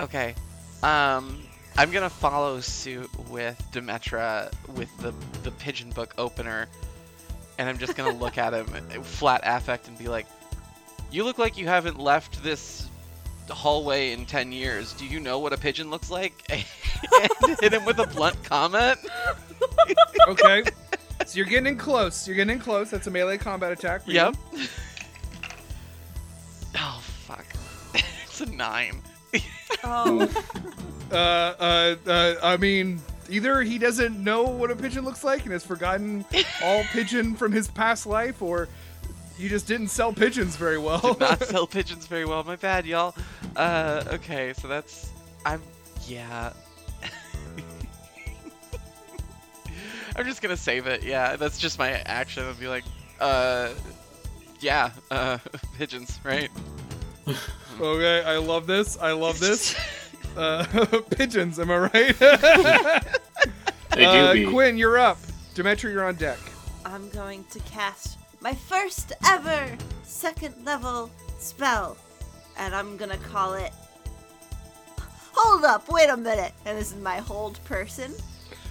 Okay. Um, I'm gonna follow suit with Demetra with the the pigeon book opener, and I'm just gonna look at him flat affect and be like, "You look like you haven't left this hallway in ten years. Do you know what a pigeon looks like?" and hit him with a blunt comment. Okay. so you're getting in close. You're getting in close. That's a melee combat attack. For you. Yep. oh fuck! it's a nine. Oh, Uh, uh, uh, I mean, either he doesn't know what a pigeon looks like and has forgotten all pigeon from his past life, or you just didn't sell pigeons very well. did not sell pigeons very well. My bad, y'all. Uh, okay, so that's I'm yeah. I'm just gonna save it. Yeah, that's just my action. I'll be like, uh, yeah, uh, pigeons, right? okay, I love this. I love this. Uh, pigeons, am I right? They do uh, be. Quinn, you're up. Demetri, you're on deck. I'm going to cast my first ever second level spell, and I'm gonna call it. Hold up! Wait a minute. And this is my hold person.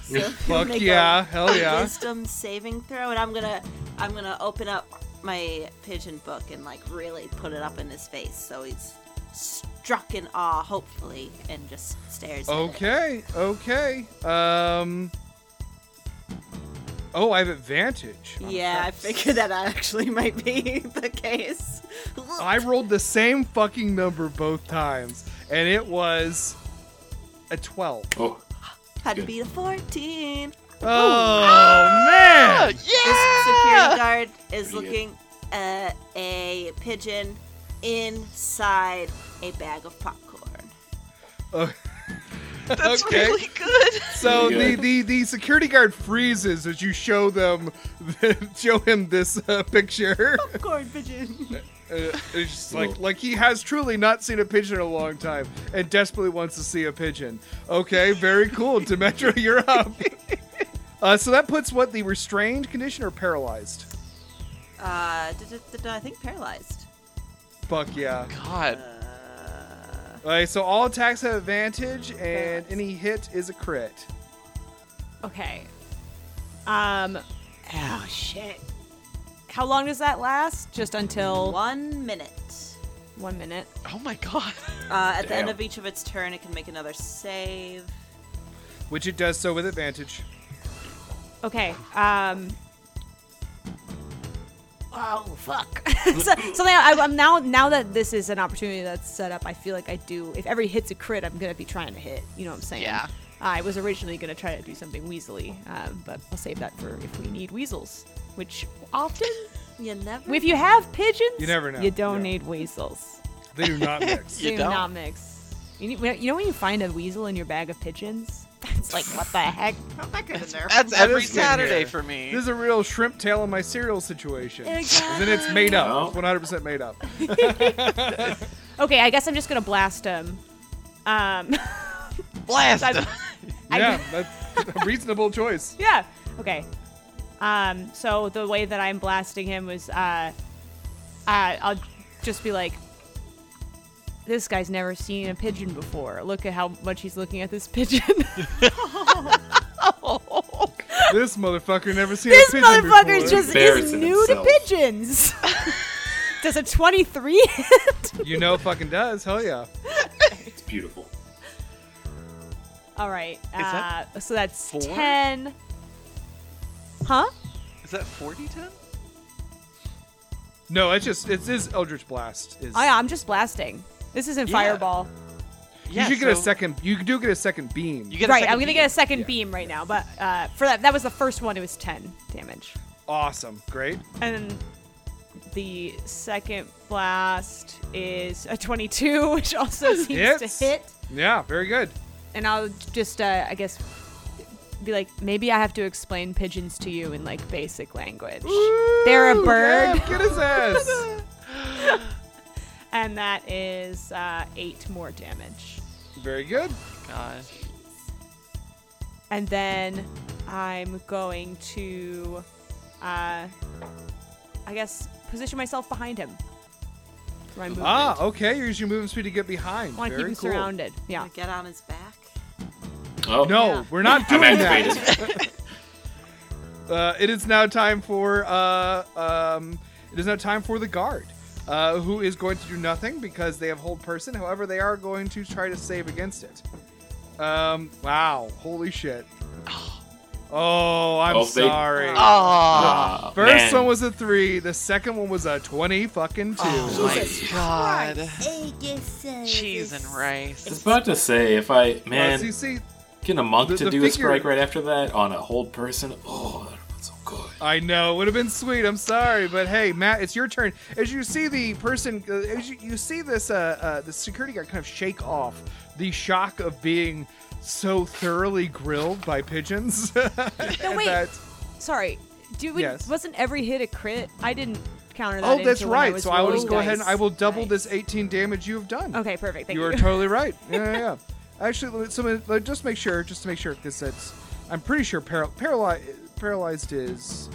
So he'll Fuck make a yeah, hell yeah. Wisdom saving throw, and I'm gonna I'm gonna open up my pigeon book and like really put it up in his face so he's struck in awe, hopefully, and just stares. at it. Okay, okay. Um. Oh, I have advantage. Yeah, I figured that actually might be the case. I rolled the same fucking number both times, and it was a 12. Oh, Had to beat a 14. Oh, Ah, man! This security yeah! guard is Pretty good. looking at a pigeon inside a bag of popcorn. Oh, That's okay. really good. so the, Pretty good. the, the security guard freezes as you show them show him this uh, picture. Popcorn pigeon. Uh, it's just like Cool. like he has truly not seen a pigeon in a long time and desperately wants to see a pigeon. Okay, very cool. Demetra, you're up. Uh, so that puts what the restrained condition or paralyzed. Uh, d- d- d- d- I think paralyzed. Fuck yeah. God, Uh, All right, so all attacks have advantage, and any hit is a crit. Okay. Um. Oh shit. How long does that last? Just until one minute. one minute. oh my god. Uh, at the end Damn. of each of its turn, it can make another save. Which it does so with advantage. Okay. Um. Oh fuck! so, something I, I'm now now that this is an opportunity that's set up, I feel like I do. If every hit's a crit, I'm gonna be trying to hit. You know what I'm saying? Yeah. I was originally gonna try to do something weaselly, um, but I'll save that for if we need weasels, which often, You never. if you have pigeons, You never know. You don't Yeah. need weasels. They do not mix. You do don't? not mix. You, need, you know when you find a weasel in your bag of pigeons? It's like what the heck? That's every is good here. Saturday for me. This is a real shrimp tail in my cereal situation. Exactly. And then it's made up. No. It's 100% made up. Okay, I guess I'm just gonna blast him. Um, Blast! I'm- I- Yeah, that's a reasonable choice. yeah. Okay. Um, so the way that I'm blasting him was, uh, uh, I'll just be like, this guy's never seen a pigeon before. Look at how much he's looking at this pigeon. This motherfucker never seen this a pigeon motherfucker's before. just is Embarrassing new himself. to pigeons. Does a 23 hit? You know, fucking does. Hell yeah. it's beautiful. All right. Uh, that so that's four? 10. Huh? Oh, is that 4010? No, it's just it's his Eldritch Blast is. Oh, yeah, I'm just blasting. This isn't Yeah. Fireball. Yeah, you should get so a second. You do get a second beam. You get right, A I'm 2nd gonna get a second beam right now, but uh, for that, that was the first one. It was ten damage, awesome. Great. and then the second blast is a twenty-two, which also seems Hits. to hit. Yeah. Very good. And I'll just, uh, I guess, be like, maybe I have to explain pigeons to you in like basic language. They're a Ooh, bird, yeah, get his ass. and that is uh, eight more damage. very good. God. and then I'm going to, uh, I guess, position myself behind him. For my movement. Ah, okay. Use your movement speed to get behind. I want to Very keep him cool. surrounded. Yeah. Gonna Get on his back. Oh, No, Yeah. we're not doing I'm that. uh, it is now time for uh, um, it is now time for the guard, uh, who is going to do nothing because they have hold person. However, they are going to try to save against it. Um, wow, holy shit! Oh, I'm Oh, they- sorry. Oh, Ah, First man. one was a three. The second one was a twenty fucking two. Oh Oh, my God. Cheese uh, Cheese and I was rice. about to say if I Uh, man so you see, getting a monk the- to the do a figure- strike right after that on a hold person. Oh, that would've been so good. I know it would have been sweet. I'm sorry, but hey, Matt, it's your turn. As you see the person, uh, as you, you see this, uh, uh, the security guard kind of shake off the shock of being so thoroughly grilled by pigeons. no, wait. Sorry. Do we, Yes. Wasn't every hit a crit? I didn't counter that. oh, that's until when I right. was So I will just rolling go ahead and dice. I will double Nice. this 18 damage you have done. Okay, perfect. Thank you you. are totally right. Yeah, yeah. yeah. Actually, let me, so let me- just make sure, just to make sure, because that's, I'm pretty sure paral- paraly- paralyzed is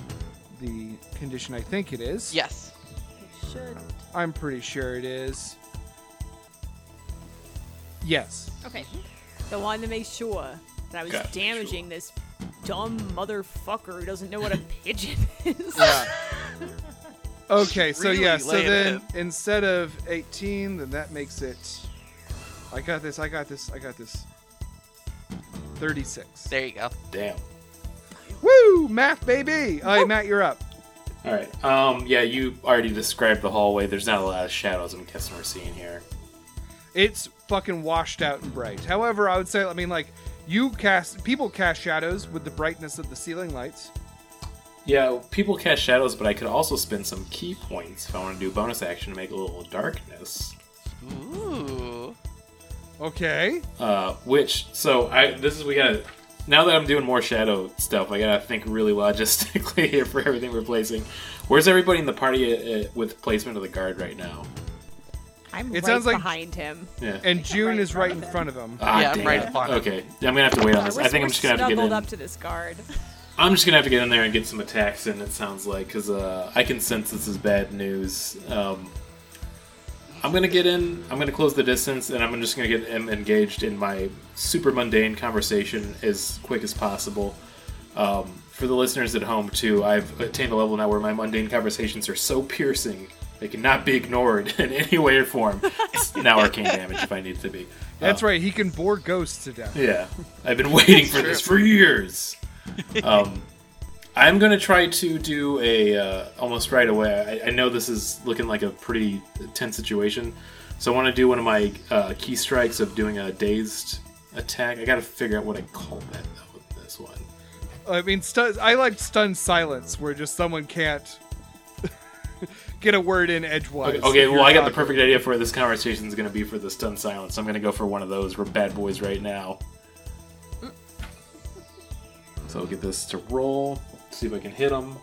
the condition. I think it is. Yes. Should. I'm pretty sure it is. Yes. okay. So I wanted to make sure that I was Gotta make sure. damaging this dumb motherfucker who doesn't know what a pigeon is. Yeah. okay, so Really yeah, so laid then instead of 18, then that makes it. I got this, I got this, I got this. 36. There you go. Damn. Woo! Math, baby! All right, Matt, you're up. All right. Um. Yeah. You already described the hallway. There's not a lot of shadows. I'm guessing we're seeing here. It's fucking washed out and bright. However, I would say, I mean, like, you cast. People cast shadows with the brightness of the ceiling lights. Yeah. People cast shadows, but I could also spend some key points if I want to do bonus action to make a little darkness. Ooh. Okay. Uh, which so I this is we gotta now that I'm doing more shadow stuff, I gotta think really logistically here for everything we're placing. Where's everybody in the party uh, uh, with placement of the guard right now? I'm It right sounds like- behind him. Yeah. And June right is right front in of front of him. Ah, Yeah, damn right it. upon it. Okay, I'm gonna have to wait on Uh, this. we're- I think we're I'm just gonna have to get snuggled in. up to this guard. I'm just gonna have to get in there and get some attacks in. It sounds like because uh, I can sense this is bad news. Um, I'm gonna get in. I'm gonna close the distance, and I'm just gonna get him engaged in my super mundane conversation as quick as possible. Um, for the listeners at home too, I've attained a level now where my mundane conversations are so piercing they cannot be ignored in any way or form. It's now arcane damage if I need to be. That's right, he can bore ghosts to death. Yeah, I've been waiting for this for years. Um, I'm gonna try to do a uh, almost right away. I, I know this is looking like a pretty tense situation, so I want to do one of my uh, key strikes of doing a dazed attack. I gotta figure out what I call that though. with This one. I mean, stu- I like stunned silence where just someone can't get a word in edgewise. Okay, okay, if well, you're I got the talking. perfect idea for where this conversation is going to be for the stun silence. I'm going to go for one of those. We're bad boys right now. So I'll get this to roll. See if I can hit him.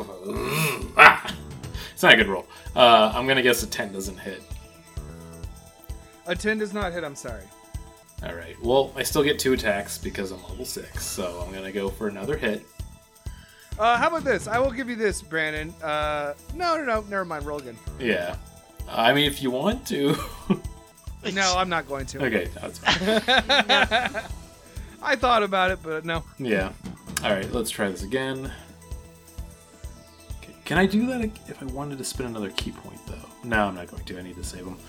ah, it's not a good roll. Uh, I'm going to guess a 10 doesn't hit. A 10 does not hit, I'm sorry. All right. Well, I still get two attacks because I'm level 6, so I'm going to go for another hit. Uh, how about this? I will give you this, Brandon. Uh, no, no, no, never mind, roll again. Yeah. I mean, if you want to. No, I'm not going to. okay, that's fine. I thought about it, but no. Yeah. All right, let's try this again. Okay, Can I do that ag- if I wanted to spend another key point, though? No, I'm not going to. I need to save them.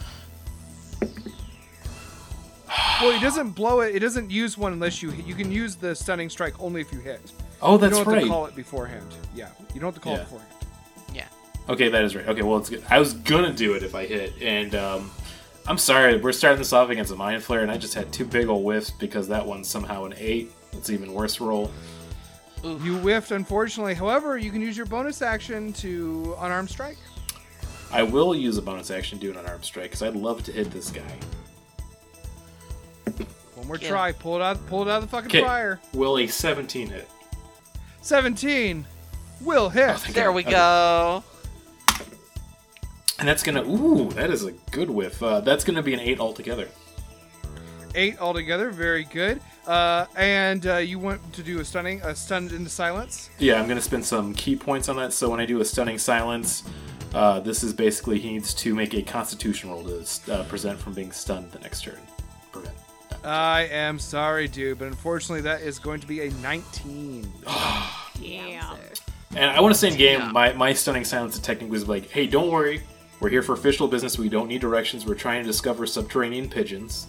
Well, he doesn't blow it. It doesn't use one unless you hit. You can use the stunning strike only if you hit. Oh, You that's don't have right. to call it beforehand. Yeah, you don't have to call Yeah. it beforehand. Yeah. Okay, that is right. Okay, well, it's good. I was gonna do it if I hit, and um, I'm sorry. We're starting this off against a mind flare, and I just had two big ol' whiffs because that one's somehow an eight. It's an even worse roll. You whiffed, unfortunately. However, you can use your bonus action to unarmed strike. I will use a bonus action to do an unarmed strike because I'd love to hit this guy. One more Yeah. try. Pull it out. Pull it out of the fucking Okay, fire. will a 17 hit? Seventeen will hit. Oh, thank There we Okay. go. And that's gonna. Ooh, that is a good whiff. Uh, that's gonna be an eight altogether. Eight altogether. Very good. Uh, and uh, you want to do a stunning, a stunned into silence. Yeah, I'm gonna spend some key points on that. So when I do a stunning silence, uh, this is basically he needs to make a Constitution roll to uh, present from being stunned the next turn. Prevent. I am sorry, dude, but unfortunately, that is going to be a nineteen. Yeah. And I want to say in game, my, my stunning silence technically is like, hey, don't worry, we're here for official business. We don't need directions. We're trying to discover subterranean pigeons.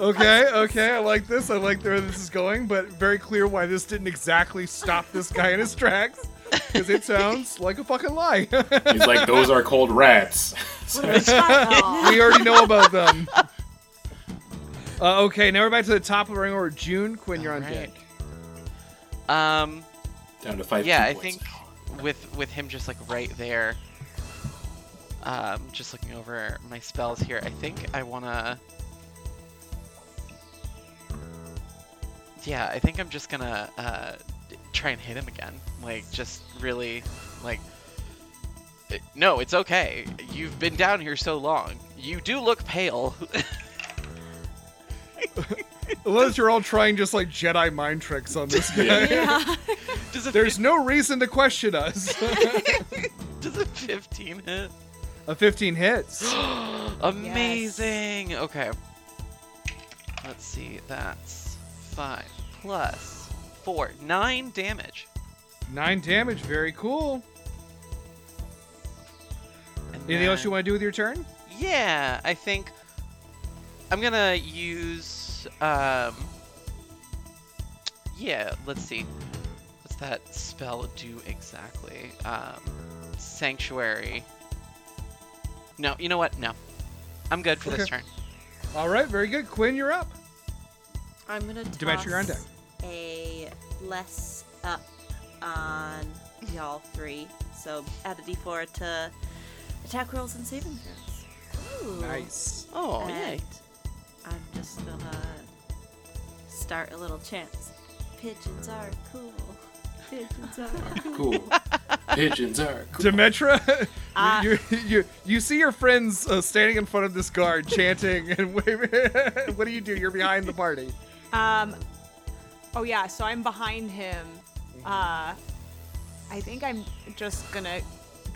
Okay, okay, I like this. I like where this is going, but very clear why this didn't exactly stop this guy in his tracks because it sounds like a fucking lie. He's like, those are called rats. we already know about them. Uh, okay, now we're back to the top of the ring order. June, Quinn, you're on Alright. deck. Um, Down to five. yeah, key I points. think with with him just like right there. Um, just looking over my spells here. I think I wanna. Yeah, I think I'm just gonna uh, d- try and hit him again. Like, just really, like. "It- No, it's okay. You've been down here so long. You do look pale. Unless you're all trying just like Jedi mind tricks on this guy. Yeah. Yeah. does a There's no reason to question us. does a 15 hit? a 15 hits. Amazing. Okay. Let's see. That's five plus four, nine damage. Nine damage. Very cool. And Anything else you then- want to do with your turn? Yeah, I think I'm gonna use. Um. Yeah. Let's see. What's that spell do exactly? Um, sanctuary. No. You know what? No. I'm good for this Okay. turn. All right, very good. Quinn, you're up. I'm gonna toss Dimension, you're on deck. a less up on y'all three. So add a d4 to attack rolls and saving throws. Ooh. Nice. Oh, and yay. I'm just gonna start a little chance. Pigeons are cool. Pigeons are cool. Cool. pigeons are cool. Demetra, Uh, you, you, you, you see your friends uh, standing in front of this guard chanting and waving. what do you do? You're behind the party. Um. Oh yeah. So I'm behind him. Uh, I think I'm just gonna.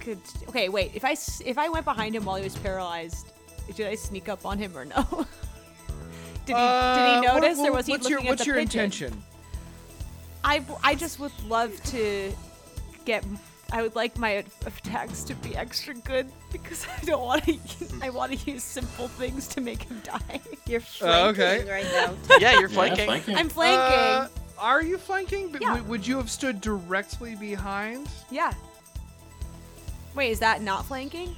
Could, okay. Wait. If I s- if I went behind him while he was paralyzed, did I sneak up on him or no? did he Uh, did he what- notice what- or was he what's looking your, at What's the your pigeon? intention? I I just would love to get. I would like my attacks to be extra good because I don't want to. I want to use simple things to make him die. You're Uh, okay. flanking right now. Yeah, you're Yeah, flanking. flanking. I'm flanking. Uh, are you flanking? But Yeah. w- would you have stood directly behind? Yeah. Wait, is that not flanking?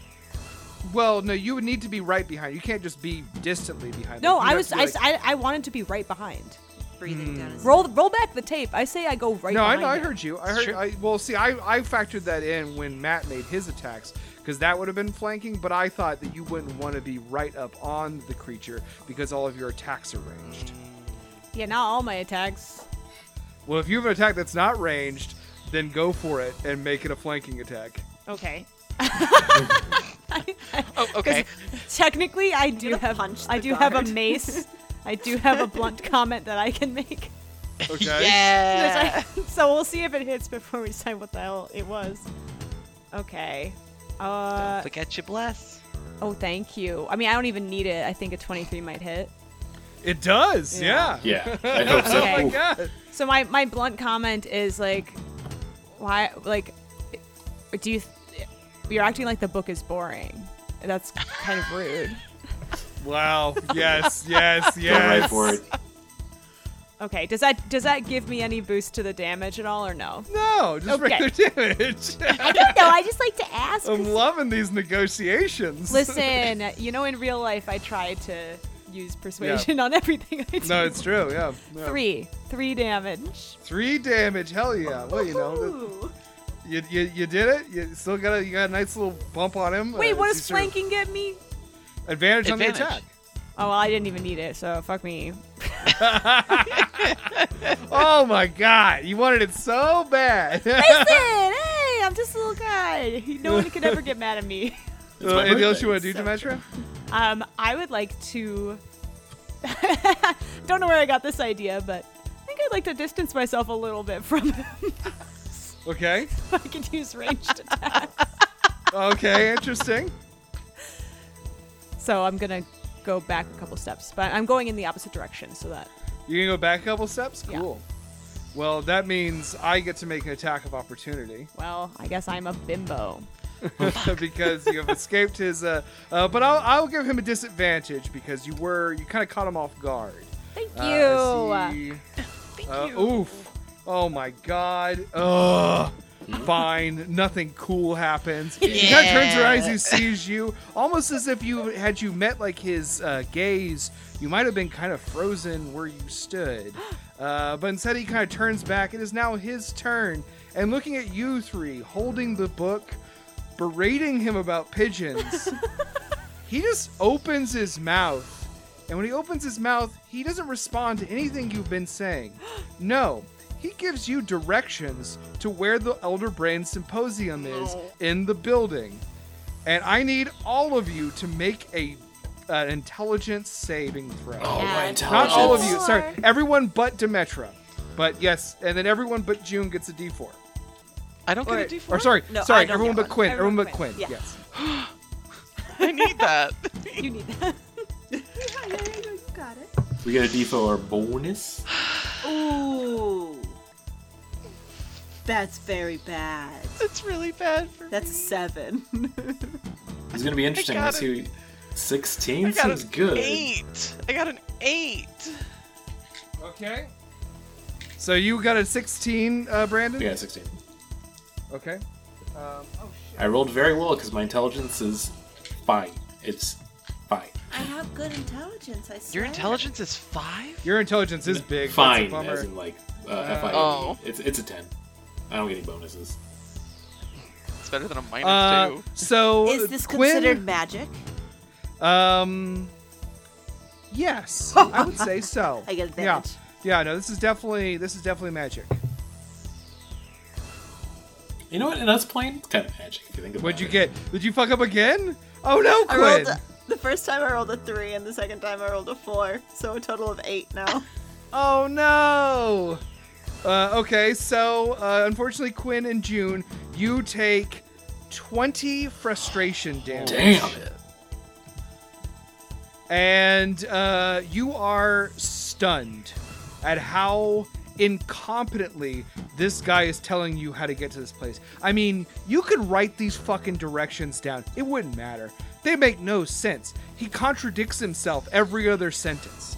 Well, no, you would need to be right behind. You can't just be distantly behind. No, Like, you'd I have was to be, I, like- I, I wanted to be right behind. Breathing Hmm. down his Roll roll back the tape. I say I go right. no, I behind know. I him. heard you. I It's heard. true. I, well, see, I, I factored that in when Matt made his attacks because that would have been flanking. But I thought that you wouldn't want to be right up on the creature because all of your attacks are ranged. Yeah, not all my attacks. Well, if you have an attack that's not ranged, then go for it and make it a flanking attack. Okay. Oh, okay. Technically, I do gonna have punch I the do have a guard. mace. I do have a blunt comment that I can make. Okay. Yeah. so we'll see if it hits before we decide what the hell it was. Okay. Uh, Forget your bless. oh, thank you. I mean, I don't even need it. I think a 23 might hit. It does. Yeah. Yeah, I hope so. Oh my Okay. Ooh. god. So my my blunt comment is like, why like, do you? Th- you're acting like the book is boring. That's kind of rude. Wow. Yes. Yes. Go Yes. right for it. Okay, does that does that give me any boost to the damage at all or no? No, just Okay. regular damage. I don't know. I just like to ask. I'm loving these negotiations. Listen, you know, in real life, I try to use persuasion on everything I do. No, it's true. Yeah. yeah. three, three damage. Three damage. Hell yeah. Well, you know, that- Ooh. you, you you did it. You still got a you got a nice little bump on him. Wait, Uh, what it's does your flanking get me? Advantage, on the Advantage. attack. Oh well, I didn't even need it, so fuck me. Oh my god, you wanted it so bad. Uh, Listen, hey, I'm just a little guy. No one could ever get mad at me. It's my anything else you want birthday. to do, Demetra? Um, I would like to. Don't know where I got this idea, but I think I'd like to distance myself a little bit from him. Okay. I could use ranged attack. Okay, interesting. So I'm gonna go back a couple steps, but I'm going in the opposite direction so that You can go back a couple steps? Yeah. Cool. Well, that means I get to make an attack of opportunity well, I guess I'm a bimbo. because you have escaped his. Uh, uh, but I'll, I'll give him a disadvantage because you were you kind of caught him off guard. Thank you. Uh, as he- uh, Oof! Oh my god! Ugh! Fine, nothing cool happens. He kind of turns her eyes, he sees you, almost as if you had you met like his uh, gaze, you might have been kind of frozen where you stood. Uh, but instead, he kind of turns back. It is now his turn, and looking at you three, holding the book, berating him about pigeons. he just opens his mouth. And when he opens his mouth, he doesn't respond to anything you've been saying. No, he gives you directions to where the Elder Brain Symposium is in the building. And I need all of you to make a an intelligence saving throw. Oh, my Yeah. Not intelligence. all of you, Sure. sorry. Everyone but Demetra. But yes, and then everyone but June gets a D4. I don't get a D4. Or sorry, No, I sorry, don't everyone get but one. Quinn. Everyone, Everyone but Quinn. Quinn, yeah. Yes. I need that. You need that. Got it. We got a D for bonus. Ooh. That's very bad. It's really bad for That's a me. seven. It's gonna be interesting. got Let's it. see. I Sixteen got seems an good. eight. I got an eight. Okay. So you got a 16, uh, Brandon? We got sixteen. Okay. Um, oh shit. I rolled very well because my intelligence is fine. It's fine. I have good intelligence. I swear. Your intelligence is five? Your intelligence is big. Fine, That's a bummer. as in like uh, F I. Oh. It's it's a ten. I don't get any bonuses. It's better than a minus Uh, two. so Is this Quinn, considered magic? Um. Yes, I would say so. I get Yeah, advantage. yeah. No, this is definitely this is definitely magic. You know what? In us playing, it's kind of magic if you think about What'd you it. get? Did you fuck up again? Oh no, I rolled Quinn. a, the first time I rolled a three, and the second time I rolled a four. So a total of eight now. Oh no. Uh, okay, so uh, unfortunately, Quinn and June, you take twenty frustration damage. Damn it! and uh, you are stunned at how incompetently this guy is telling you how to get to this place. I mean, you could write these fucking directions down, it wouldn't matter. They make no sense. He contradicts himself every other sentence.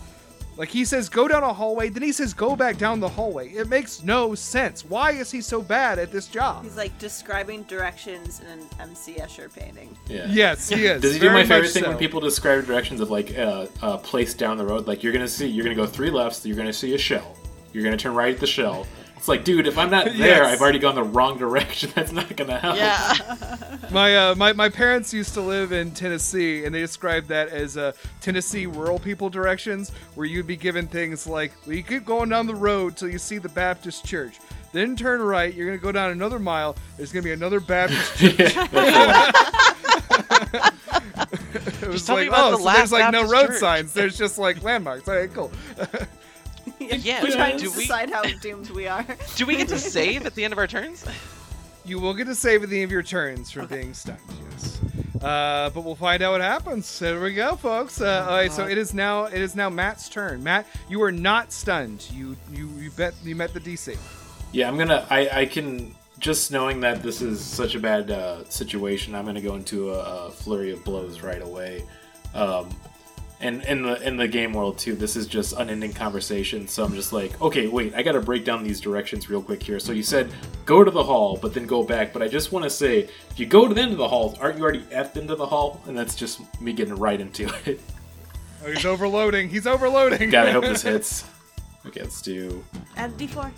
Like he says, go down a hallway, then he says, go back down the hallway. It makes no sense. Why is he so bad at this job? He's like describing directions in an M.C. Escher painting. Yeah. Yes, he is. Does he do very my favorite much thing so. when people describe directions of like uh, a place down the road? Like you're gonna see, you're gonna go three lefts, you're gonna see a shell, you're gonna turn right at the shell. It's like, dude, if I'm not there, Yes. I've already gone the wrong direction. That's not gonna help. Yeah. My, uh, my my parents used to live in Tennessee, and they described that as uh, Tennessee rural people directions, where you'd be given things like, "Well, you keep going down the road till you see the Baptist church, then turn right. You're gonna go down another mile. There's gonna be another Baptist." church. uh, It was tell like, me about oh, the so last there's like no Baptist road church." signs. There's just like landmarks. All right, cool. yeah. We're trying Do to we, decide how doomed we are. do we get to save at the end of our turns? You will get to save at the end of your turns from being stunned, yes. Uh, but we'll find out what happens. There we go, folks. Uh, all right, so Uh-huh. it is now it is now Matt's turn. Matt, you are not stunned. You you you bet you met the DC. Yeah, I'm gonna. I, I can just knowing that this is such a bad uh, situation. I'm gonna go into a, a flurry of blows right away. Um, and in the in the game world too this is just unending conversation so i'm just like okay wait i gotta break down these directions real quick here so you said go to the hall but then go back but i just want to say if you go to the end of the hall aren't you already effed into the hall and that's just me getting right into it Oh, he's overloading. He's overloading. god i hope this hits okay let's do Add a d4.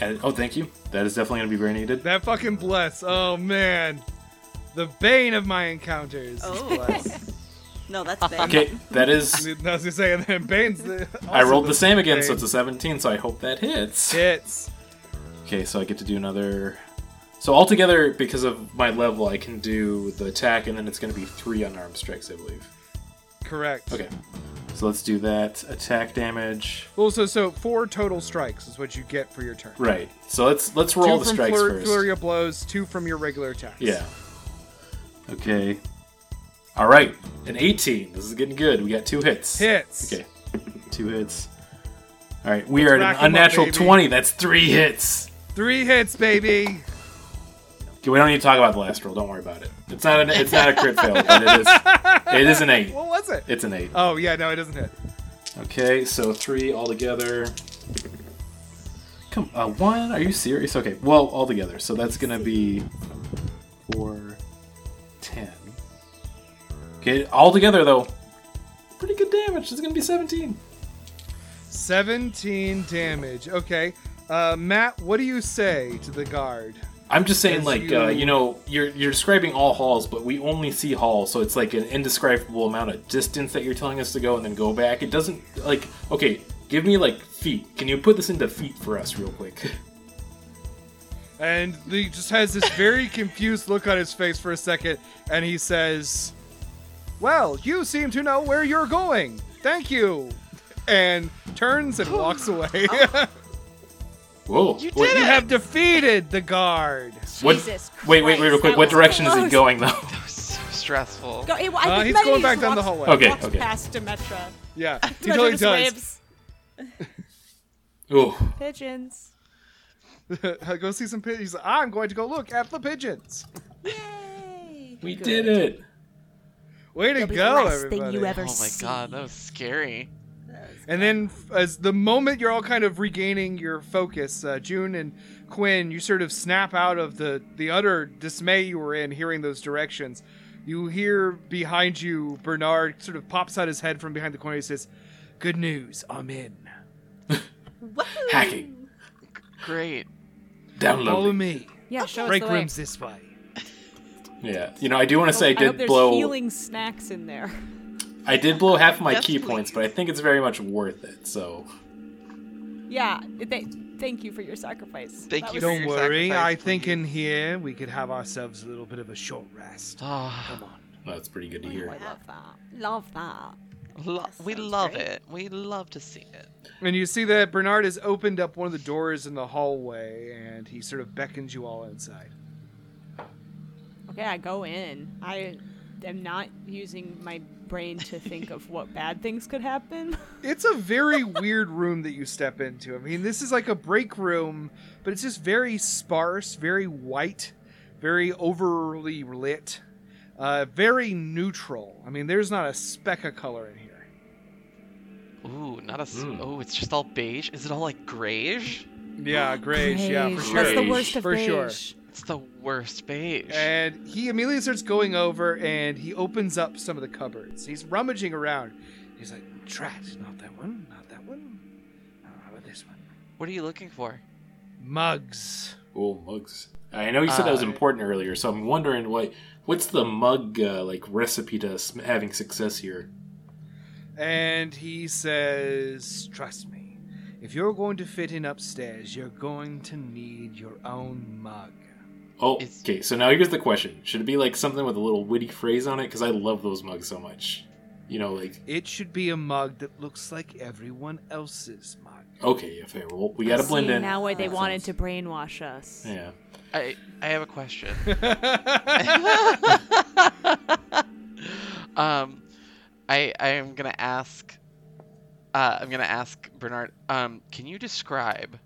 and oh thank you that is definitely gonna be very needed That fucking bless. Oh man, the bane of my encounters. is Oh. bless. No, that's bad. okay that is I was gonna say, and then bane's the. i also rolled the same again so bane. it's a 17 so i hope that hits hits. Okay, so I get to do another. So altogether, because of my level, I can do the attack, and then it's going to be three unarmed strikes, I believe. Correct. Okay, so let's do that attack damage. Well, so so four total strikes is what you get for your turn. Right. So let's let's Two roll the from strikes flur- first. flurry of blows, two from your regular attacks. Yeah. Okay. All right, an 18. This is getting good. We got two hits. Hits. Okay, two hits. All right, we are rack at 'em up, an unnatural baby. 20. That's three hits. Three hits, baby. Okay, we don't need to talk about the last roll. Don't worry about it. It's not an it's not a crit fail. But it is it is an eight. What was it? It's an eight. Oh yeah, no, it doesn't hit. Okay, so three altogether. Come uh, one? Are you serious? Okay, well, all together. So that's gonna be four, ten. Okay, all together though. Pretty good damage. It's gonna be seventeen. Seventeen damage. Okay, uh, Matt, what do you say to the guard? I'm just saying, As like you- you... Uh, you know, you're you're describing all halls, but we only see halls, so it's like an indescribable amount of distance that you're telling us to go and then go back. It doesn't like okay. Give me like feet. Can you put this into feet for us real quick? And he just has this very confused look on his face for a second, and he says, Well, you seem to know where you're going. Thank you. And turns and walks away. Whoa! You Wait, did you it! have defeated the guard. What, Jesus wait, wait, wait, real Christ, quick. that What was direction is he close. going though? That was so stressful. Go, I Uh, think he's Matt just going back down the walks- hallway. Okay, walks okay. past Demetra. Yeah, Demetra he totally just does. waves. Oh, Pigeons. go see some pigeons. I'm going to go look at the pigeons. we did it! Way to That'll be the go, last everybody. thing you ever Oh my see. god, that was scary. And then, f- as the moment you're all kind of regaining your focus, uh, June and Quinn, you sort of snap out of the the utter dismay you were in hearing those directions. You hear behind you Bernard sort of pops out his head from behind the corner. He says, "Good news, I'm in. Hacking, Great. Follow downloading. me. Yeah, show us Break the way. rooms this way." Yeah, you know, I do want to say I I hope did there's blow. healing snacks in there. I did blow half of my Yes, key please. points, but I think it's very much worth it. So Yeah, th- thank you for your sacrifice. Thank That was- you for Don't your worry. sacrifice, I think please. in here we could have ourselves a little bit of a short rest. Ah, that's pretty good to Oh, I hear. love that. Love that. lo- we sounds love great. it. We love to see it. And you see that Bernard has opened up one of the doors in the hallway, and he sort of beckons you all inside. Okay, I go in. I am not using my brain to think of what bad things could happen. It's a very weird room that you step into. I mean, this is like a break room, but it's just very sparse, very white, very overly lit, uh, very neutral. I mean, there's not a speck of color in here. Ooh, not a. s- Mm. Oh, it's just all beige. Is it all like grayish? Yeah, grayish, yeah, for Beige. sure. That's the worst of For sure. beige. It's the worst beige. And he immediately starts going over and he opens up some of the cupboards. He's rummaging around. He's like, Drat, not that one, not that one. Uh, How about this one? What are you looking for? Mugs. Oh, mugs. I know you said that was Uh, important earlier, so I'm wondering what what's the mug uh, like recipe to sm- having success here? And he says, Trust me, if you're going to fit in upstairs, you're going to need your own mug. Oh, It's- okay. So now here's the question: Should it be like something with a little witty phrase on it? Because I love those mugs so much. You know, like It should be a mug that looks like everyone else's mug. okay, yeah, fair. Well, we gotta See, blend in. Now where they Makes wanted to sense. brainwash us. Yeah. I I have a question. um, I I am gonna ask. Uh, I'm gonna ask Bernard. Um, can you describe,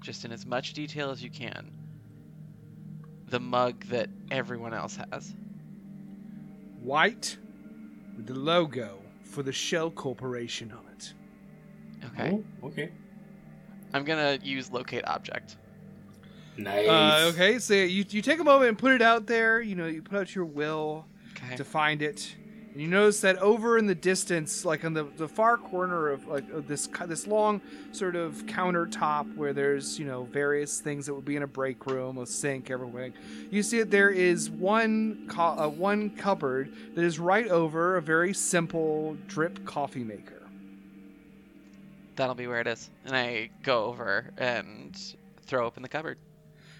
just in as much detail as you can, the mug that everyone else has? White with the logo for the Shell Corporation on it. Okay. Oh, okay. I'm gonna use locate object. Nice. Uh, okay, so you, you take a moment and put it out there. You know, you put out your will Okay. to find it. And you notice that over in the distance, like on the, the far corner of like of this cu- this long sort of countertop where there's you know various things that would be in a break room, a sink, everything. You see that there is one co- uh, one cupboard that is right over a very simple drip coffee maker. That'll be where it is. And I go over and throw open the cupboard.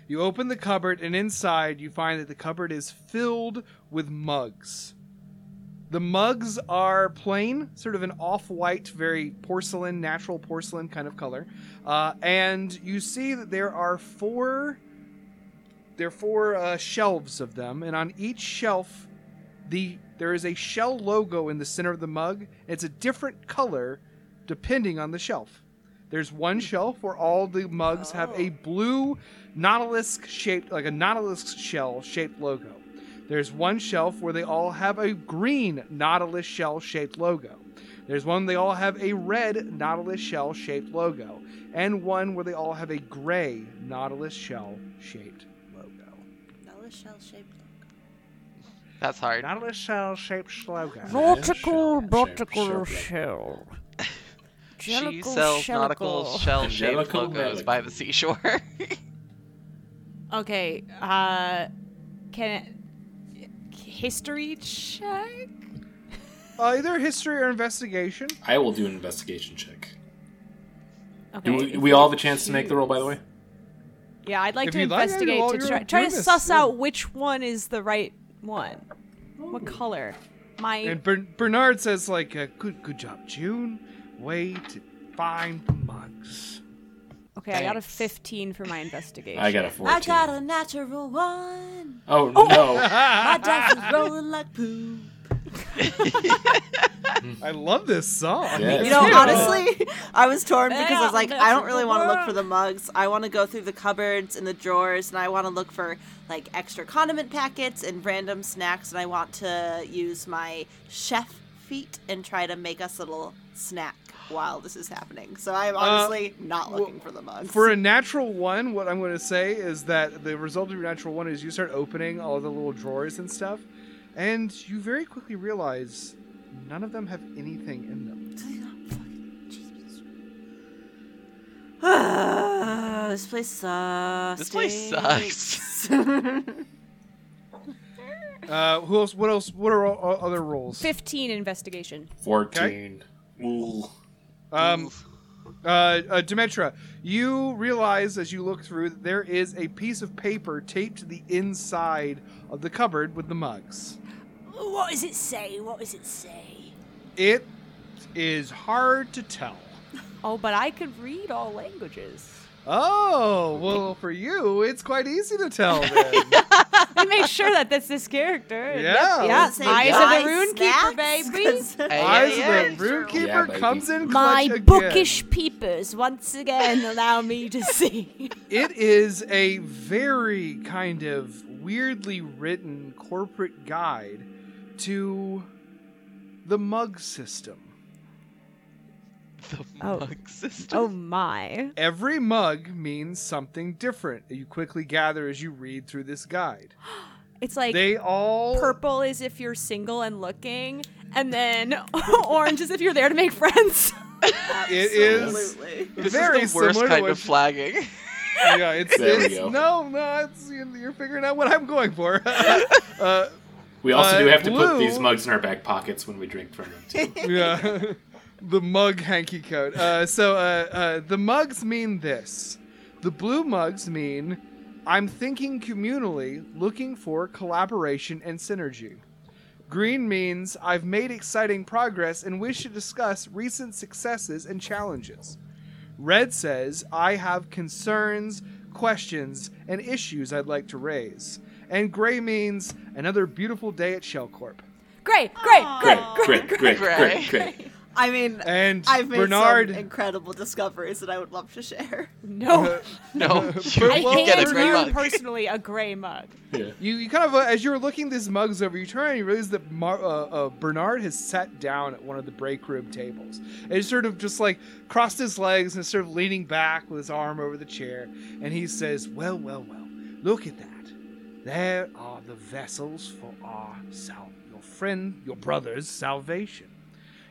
You open the cupboard, and inside you find that the cupboard is filled with mugs. The mugs are plain, sort of an off white, very porcelain, natural porcelain kind of color. Uh, and you see that there are four. There are four uh, shelves of them, and on each shelf, the there is a shell logo in the center of the mug. It's a different color depending on the shelf. There's one shelf where all the mugs have a blue nautilus shaped like a nautilus shell shaped logo. There's one shelf where they all have a green nautilus shell shaped logo. There's one they all have a red nautilus shell shaped logo and one where they all have a gray nautilus shell shaped logo. Another shell shaped logo. That's hard. Nautilus shell shaped logo. Nautical, Shell, nautical shell, shell. She sells nautical shell shaped Angelical logos by the Melical. seashore. Okay, uh, can it, history check? Uh, Either history or investigation. I will do an investigation check. Okay, Do we, if we all have a chance to choose- make the roll, by the way? Yeah, I'd like If to you'd like, yeah, investigate well, to you're- try, try you're to this, suss yeah. out which one is the right one. What color? My And Bern- Bernard says, like, uh, good, good job, June. Way to find the mugs. okay, I got a Thanks. fifteen for my investigation. I got a 14. I got a natural one. Oh, no. My dice is rolling like poo. I love this song. Yeah. You know, Yeah. honestly, I was torn because I was like, Yeah, I don't really want to look that's- for the mugs. I want to go through the cupboards and the drawers, and I want to look for like extra condiment packets and random snacks. And I want to use my chef feet and try to make us a little snack while this is happening. So I'm honestly not looking for the mugs. Uh, For a natural one, what I'm going to say is that the result of your natural one is you start opening all the little drawers and stuff, and you very quickly realize none of them have anything in them. Ah, this place sucks. This place sucks. Uh, who else? What else? What are all, all other roles? Fifteen investigation. 14. Ooh. Um, uh, uh, Demetra, you realize as you look through that there is a piece of paper taped to the inside of the cupboard with the mugs. What does it say? What does it say? It is hard to tell. Oh, but I could read all languages. Oh, well, for you, it's quite easy to tell then. I make sure that that's this character. and yep, Yeah. yeah. Say Eyes of guys, the Rune Keeper, snacks? baby. 'Cause- Hey, Eyes yeah, of the Room Keeper Yeah, baby. comes in clutch My again. bookish peepers once again allow me to see. It is a very kind of weirdly written corporate guide to the mug system. The Oh. mug system. oh my. Every mug means something different. You quickly gather as you read through this guide. It's like they all purple is if you're single and looking, and then orange is if you're there to make friends. It is Absolutely. This very is the worst similar to kind what of you- flagging. yeah, it's, There we it's go. no, no, it's, you're figuring out what I'm going for. uh, We also Uh, do have to put blue. these mugs in our back pockets when we drink from them, too. yeah. the mug hanky coat. Uh, so uh, uh, the mugs mean this. The blue mugs mean I'm thinking communally, looking for collaboration and synergy. Green means I've made exciting progress and wish to discuss recent successes and challenges. Red says I have concerns, questions, and issues I'd like to raise. And gray means another beautiful day at Shell Corp. Great, great, great, Great, great, great, great, great. I mean, And I've made Bernard. some incredible discoveries that I would love to share. No, No, you, I you get a hand gray you mug. personally a gray mug. Yeah. You, you kind of uh, as you were looking these mugs over, you try and you realize that Mar- uh, uh, Bernard has sat down at one of the break room tables and sort of just like crossed his legs and sort of leaning back with his arm over the chair, and he says, "Well, well, well, look at that. There are the vessels for our sal, your friend, your brother's salvation.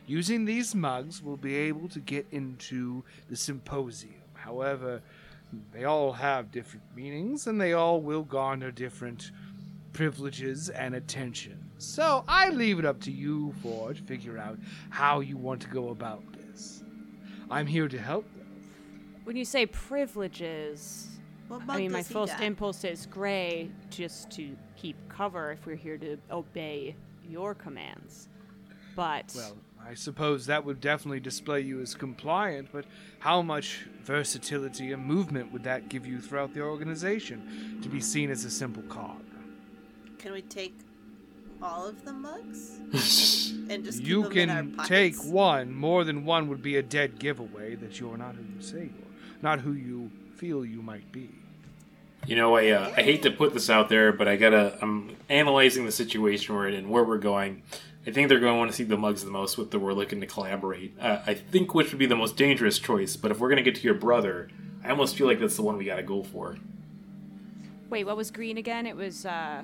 Using these mugs, we'll be able to get into the symposium. However." They all have different meanings and they all will garner different privileges and attention. So I leave it up to you four to figure out how you want to go about this. I'm here to help though. When you say privileges, What I mug mean, my does he first got? impulse is gray, just to keep cover if we're here to obey your commands. But Well, I suppose that would definitely display you as compliant, but how much versatility and movement would that give you throughout the organization to be seen as a simple cog? Can we take all of the mugs and just keep you them in our can pockets? take one. More than one would be a dead giveaway that you're not who you say you're, not who you feel you might be. You know, I uh, I hate to put this out there, but I gotta. I'm analyzing the situation we're in and where we're going. I think they're going to want to see the mugs the most with the we're looking to collaborate. Uh, I think which would be the most dangerous choice, but if we're gonna get to your brother, I almost feel like that's the one we gotta go for. wait, what was green again? It was. uh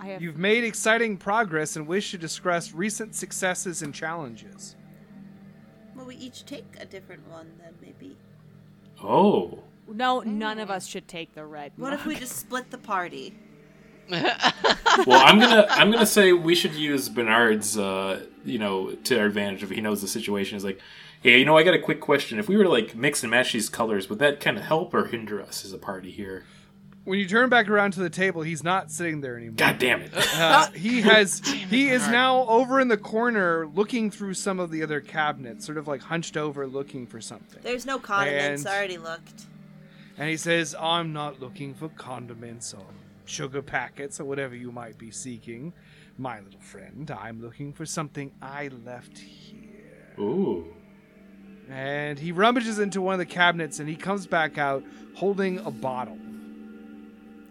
I have. You've made exciting progress and wish to discuss recent successes and challenges. Well, we each take a different one then, maybe. Oh, No, none of us should take the red. What if we just split the party? well, I'm gonna I'm gonna say we should use Bernard's, uh, you know, to our advantage if he knows the situation. Is like, hey, you know, I got a quick question. If we were to like mix and match these colors, would that kind of help or hinder us as a party here? When you turn back around to the table, he's not sitting there anymore. God damn it! Uh, he has he is now over in the corner looking through some of the other cabinets, sort of like hunched over looking for something. There's no condiments. And- I already looked. And he says, I'm not looking for condiments or sugar packets or whatever you might be seeking, my little friend. I'm looking for something I left here. Ooh, And he rummages into one of the cabinets and he comes back out holding a bottle.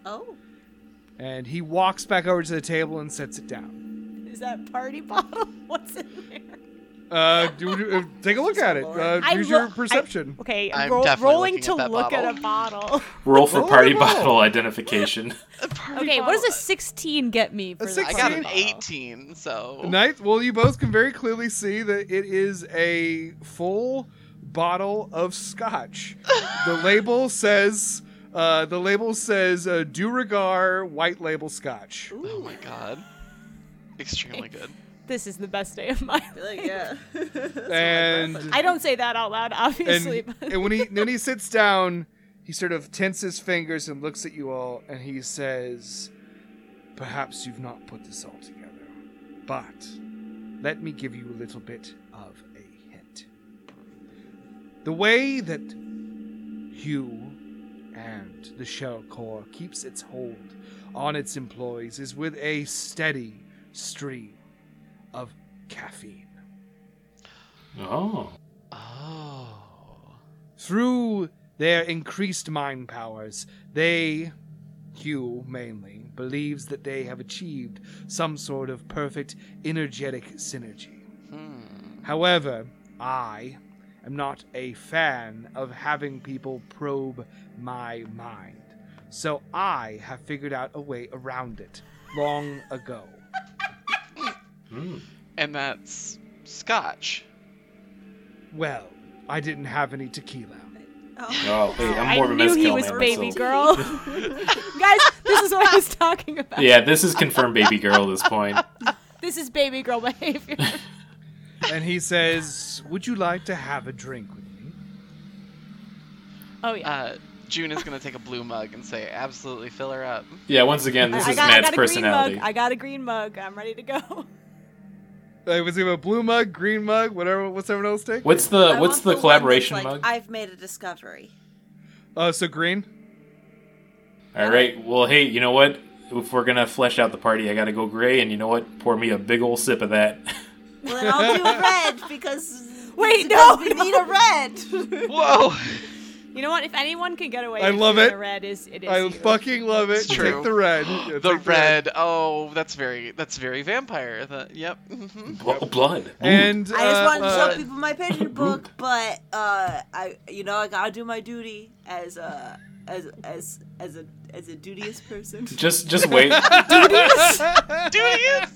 Oh, And he walks back over to the table and sets it down. Is that party bottle? What's in there? Uh, do, do- uh, take a look at it. Uh, I use lo- your I- perception. okay, I'm roll- definitely rolling looking to at that look at bottle. a bottle. roll for Roll party the roll. bottle identification. Party okay, what does a bottle. sixteen get me for A the 16? I party got an bottle? 18, so Ninth, well, you both can very clearly see that it is a full bottle of scotch. the label says, uh, the label says uh, Duragar White Label Scotch. Oh my god. Extremely good. This is the best day of my life. really? Yeah. and I don't say that out loud, obviously. and, but and when he when he sits down, he sort of tenses fingers and looks at you all, and he says, "Perhaps you've not put this all together, but let me give you a little bit of a hint. The way that you and the Shell Corps keeps its hold on its employees is with a steady stream of caffeine." Oh, Oh. Through their increased mind powers, they, Hugh mainly, believes that they have achieved some sort of perfect energetic synergy. However, I am not a fan of having people probe my mind, so I have figured out a way around it long ago. And that's scotch. Well, I didn't have any tequila. Oh. oh, hey, I'm I more of a knew he mezcal was man, baby so- girl. Guys, this is what I was talking about. Yeah, this is confirmed baby girl at this point. This is baby girl behavior. and he says, Would you like to have a drink with me? Oh yeah. Uh, June is gonna take a blue mug and say, "Absolutely fill her up." Yeah, once again, this I, I is got, I Matt's got a green mug. personality. I got a green mug. I'm ready to go. Like, was it a blue mug, green mug, whatever? What's everyone else take? What's the I what's want the one collaboration that's like, mug? I've made a discovery. Uh, so green. All right. Well, hey, you know what? If we're gonna flesh out the party, I gotta go gray, and you know what? Pour me a big ol' sip of that. Well, then I'll do a red because Wait, because no, we need a red. Whoa! You know what? If anyone can get away, I with love being it. A red is it is. I you. fucking love it. It's true. Take the red. Yeah, take the red. Oh, that's very that's very vampire. The, yep. mhm. Bl- blood. Ooh. And I just uh, wanted uh, to show people my picture book, but uh, I, you know, I gotta do my duty as a, as as as a as a duteous person. Just just wait. Dude, yes!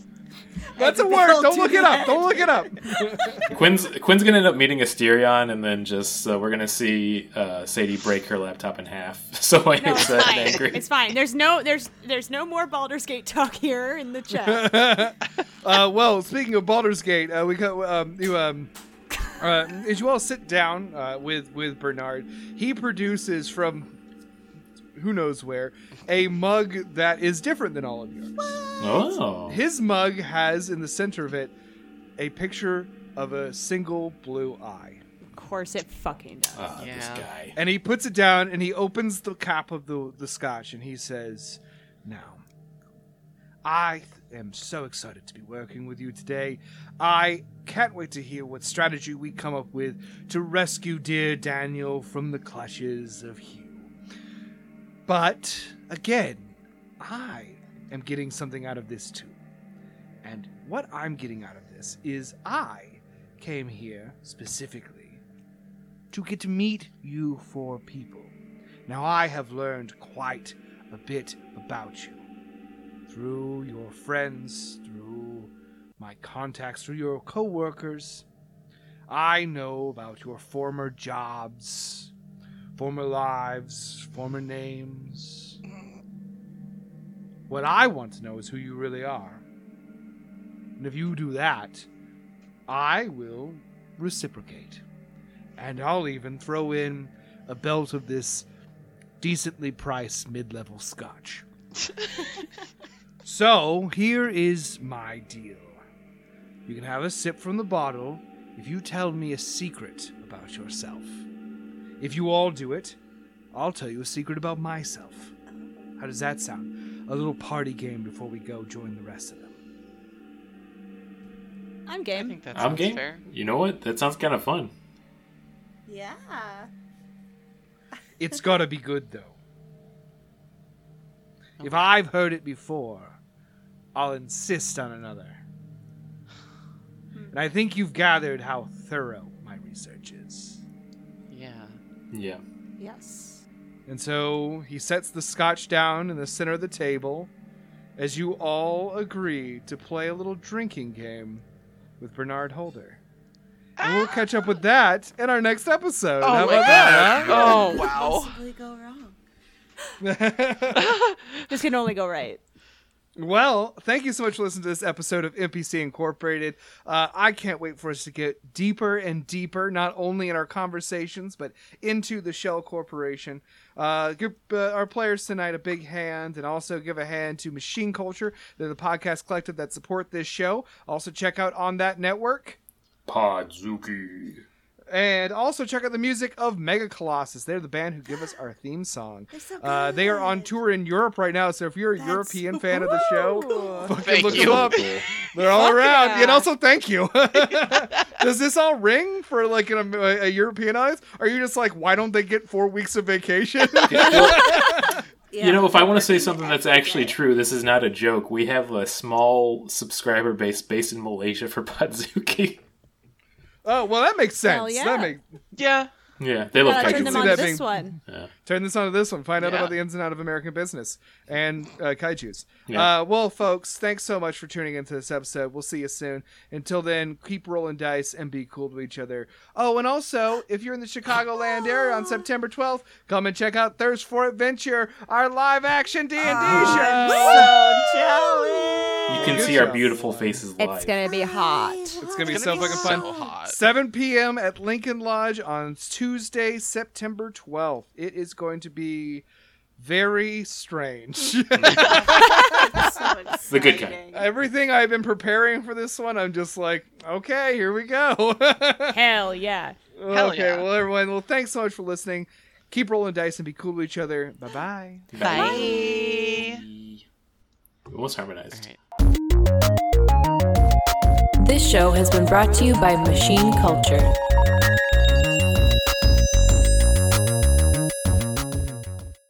That's a As word. people Don't look it up. that. Don't look it up. Quinn's Quinn's gonna end up meeting Asterion, and then just uh, we're gonna see uh, Sadie break her laptop in half. So I No, am it's sad fine. and angry. It's fine. There's no there's there's no more Baldur's Gate talk here in the chat. Uh, well, speaking of Baldur's Gate, uh, we got um, you um. Uh, as you all sit down uh, with with Bernard, he produces from who knows where a mug that is different than all of yours. Oh, His mug has in the center of it a picture of a single blue eye. Of course, it fucking does. Ah, this Yeah. guy. And he puts it down and he opens the cap of the, the scotch and he says, Now, I th- am so excited to be working with you today. I can't wait to hear what strategy we come up with to rescue dear Daniel from the clutches of Hugh. But again, I am getting something out of this too. And what I'm getting out of this is I came here specifically to get to meet you four people. Now, I have learned quite a bit about you through your friends, through my contacts, through your co workers. I know about your former jobs, former lives, former names. What I want to know is who you really are. And if you do that, I will reciprocate. And I'll even throw in a belt of this decently priced mid level scotch. so, here is my deal you can have a sip from the bottle if you tell me a secret about yourself. If you all do it, I'll tell you a secret about myself. How does that sound? A little party game before we go join the rest of them. I'm I game. think that I'm sounds game. fair. You know what? That sounds kind of fun. Yeah. It's got to be good, though. If I've heard it before, I'll insist on another. And I think you've gathered how thorough my research is. Yeah. Yeah. Yes. And so he sets the scotch down in the center of the table as you all agree to play a little drinking game with Bernard Holder. And we'll catch up with that in our next episode. Oh How my about that? god. Oh Could wow. Possibly go wrong. This can only go right. Well, thank you so much for listening to this episode of NPC Incorporated. Uh, I can't wait for us to get deeper and deeper, not only in our conversations, but into the Shell Corporation. Uh, give uh, our players tonight a big hand and also give a hand to Machine Culture. They're the podcast collective that support this show. Also, check out On That Network. Podzuki. And also check out the music of Mega Colossus. They're the band who give us our theme song. They're so Uh, they are on good. tour in Europe right now, so if you're a That's- European fan of the show, fucking Thank look you. them up. They're all Fuck around. yeah. And also, thank you. Does this all ring for like an, a, a European audience? Are you just like, why don't they get four weeks of vacation? Yeah. You know, if I want to say something that's actually true, this is not a joke. We have a small subscriber base based in Malaysia for Podzuki. oh, well, that makes sense. Hell yeah. That make, Yeah. Yeah, they love Gotta turn can them see on kaiju. that to being- this one. turn this on to this one. Find out Yeah. about the ins and out of American business and uh, kaiju's. Yeah. Uh, well, folks, thanks so much for tuning into this episode. We'll see you soon. Until then, keep rolling dice and be cool to each other. Oh, and also, if you're in the Chicagoland area on September 12th, come and check out Thirst for Adventure, our live action D&D Ah, show. Oh, You can Good see our job. beautiful faces live. gonna be hot. It's gonna be It's so gonna be fucking fun. so hot. 7 p.m. at Lincoln Lodge on Tuesday, September 12th. It is going to be very strange. It's The good Everything I've been preparing for this one, I'm just like, okay, here we go. Hell yeah. Hell okay, yeah. well, everyone, well, thanks so much for listening. Keep rolling dice and be cool to each other. Bye bye. Bye. We Almost harmonized. All right. This This show has been brought to you by Machine Culture.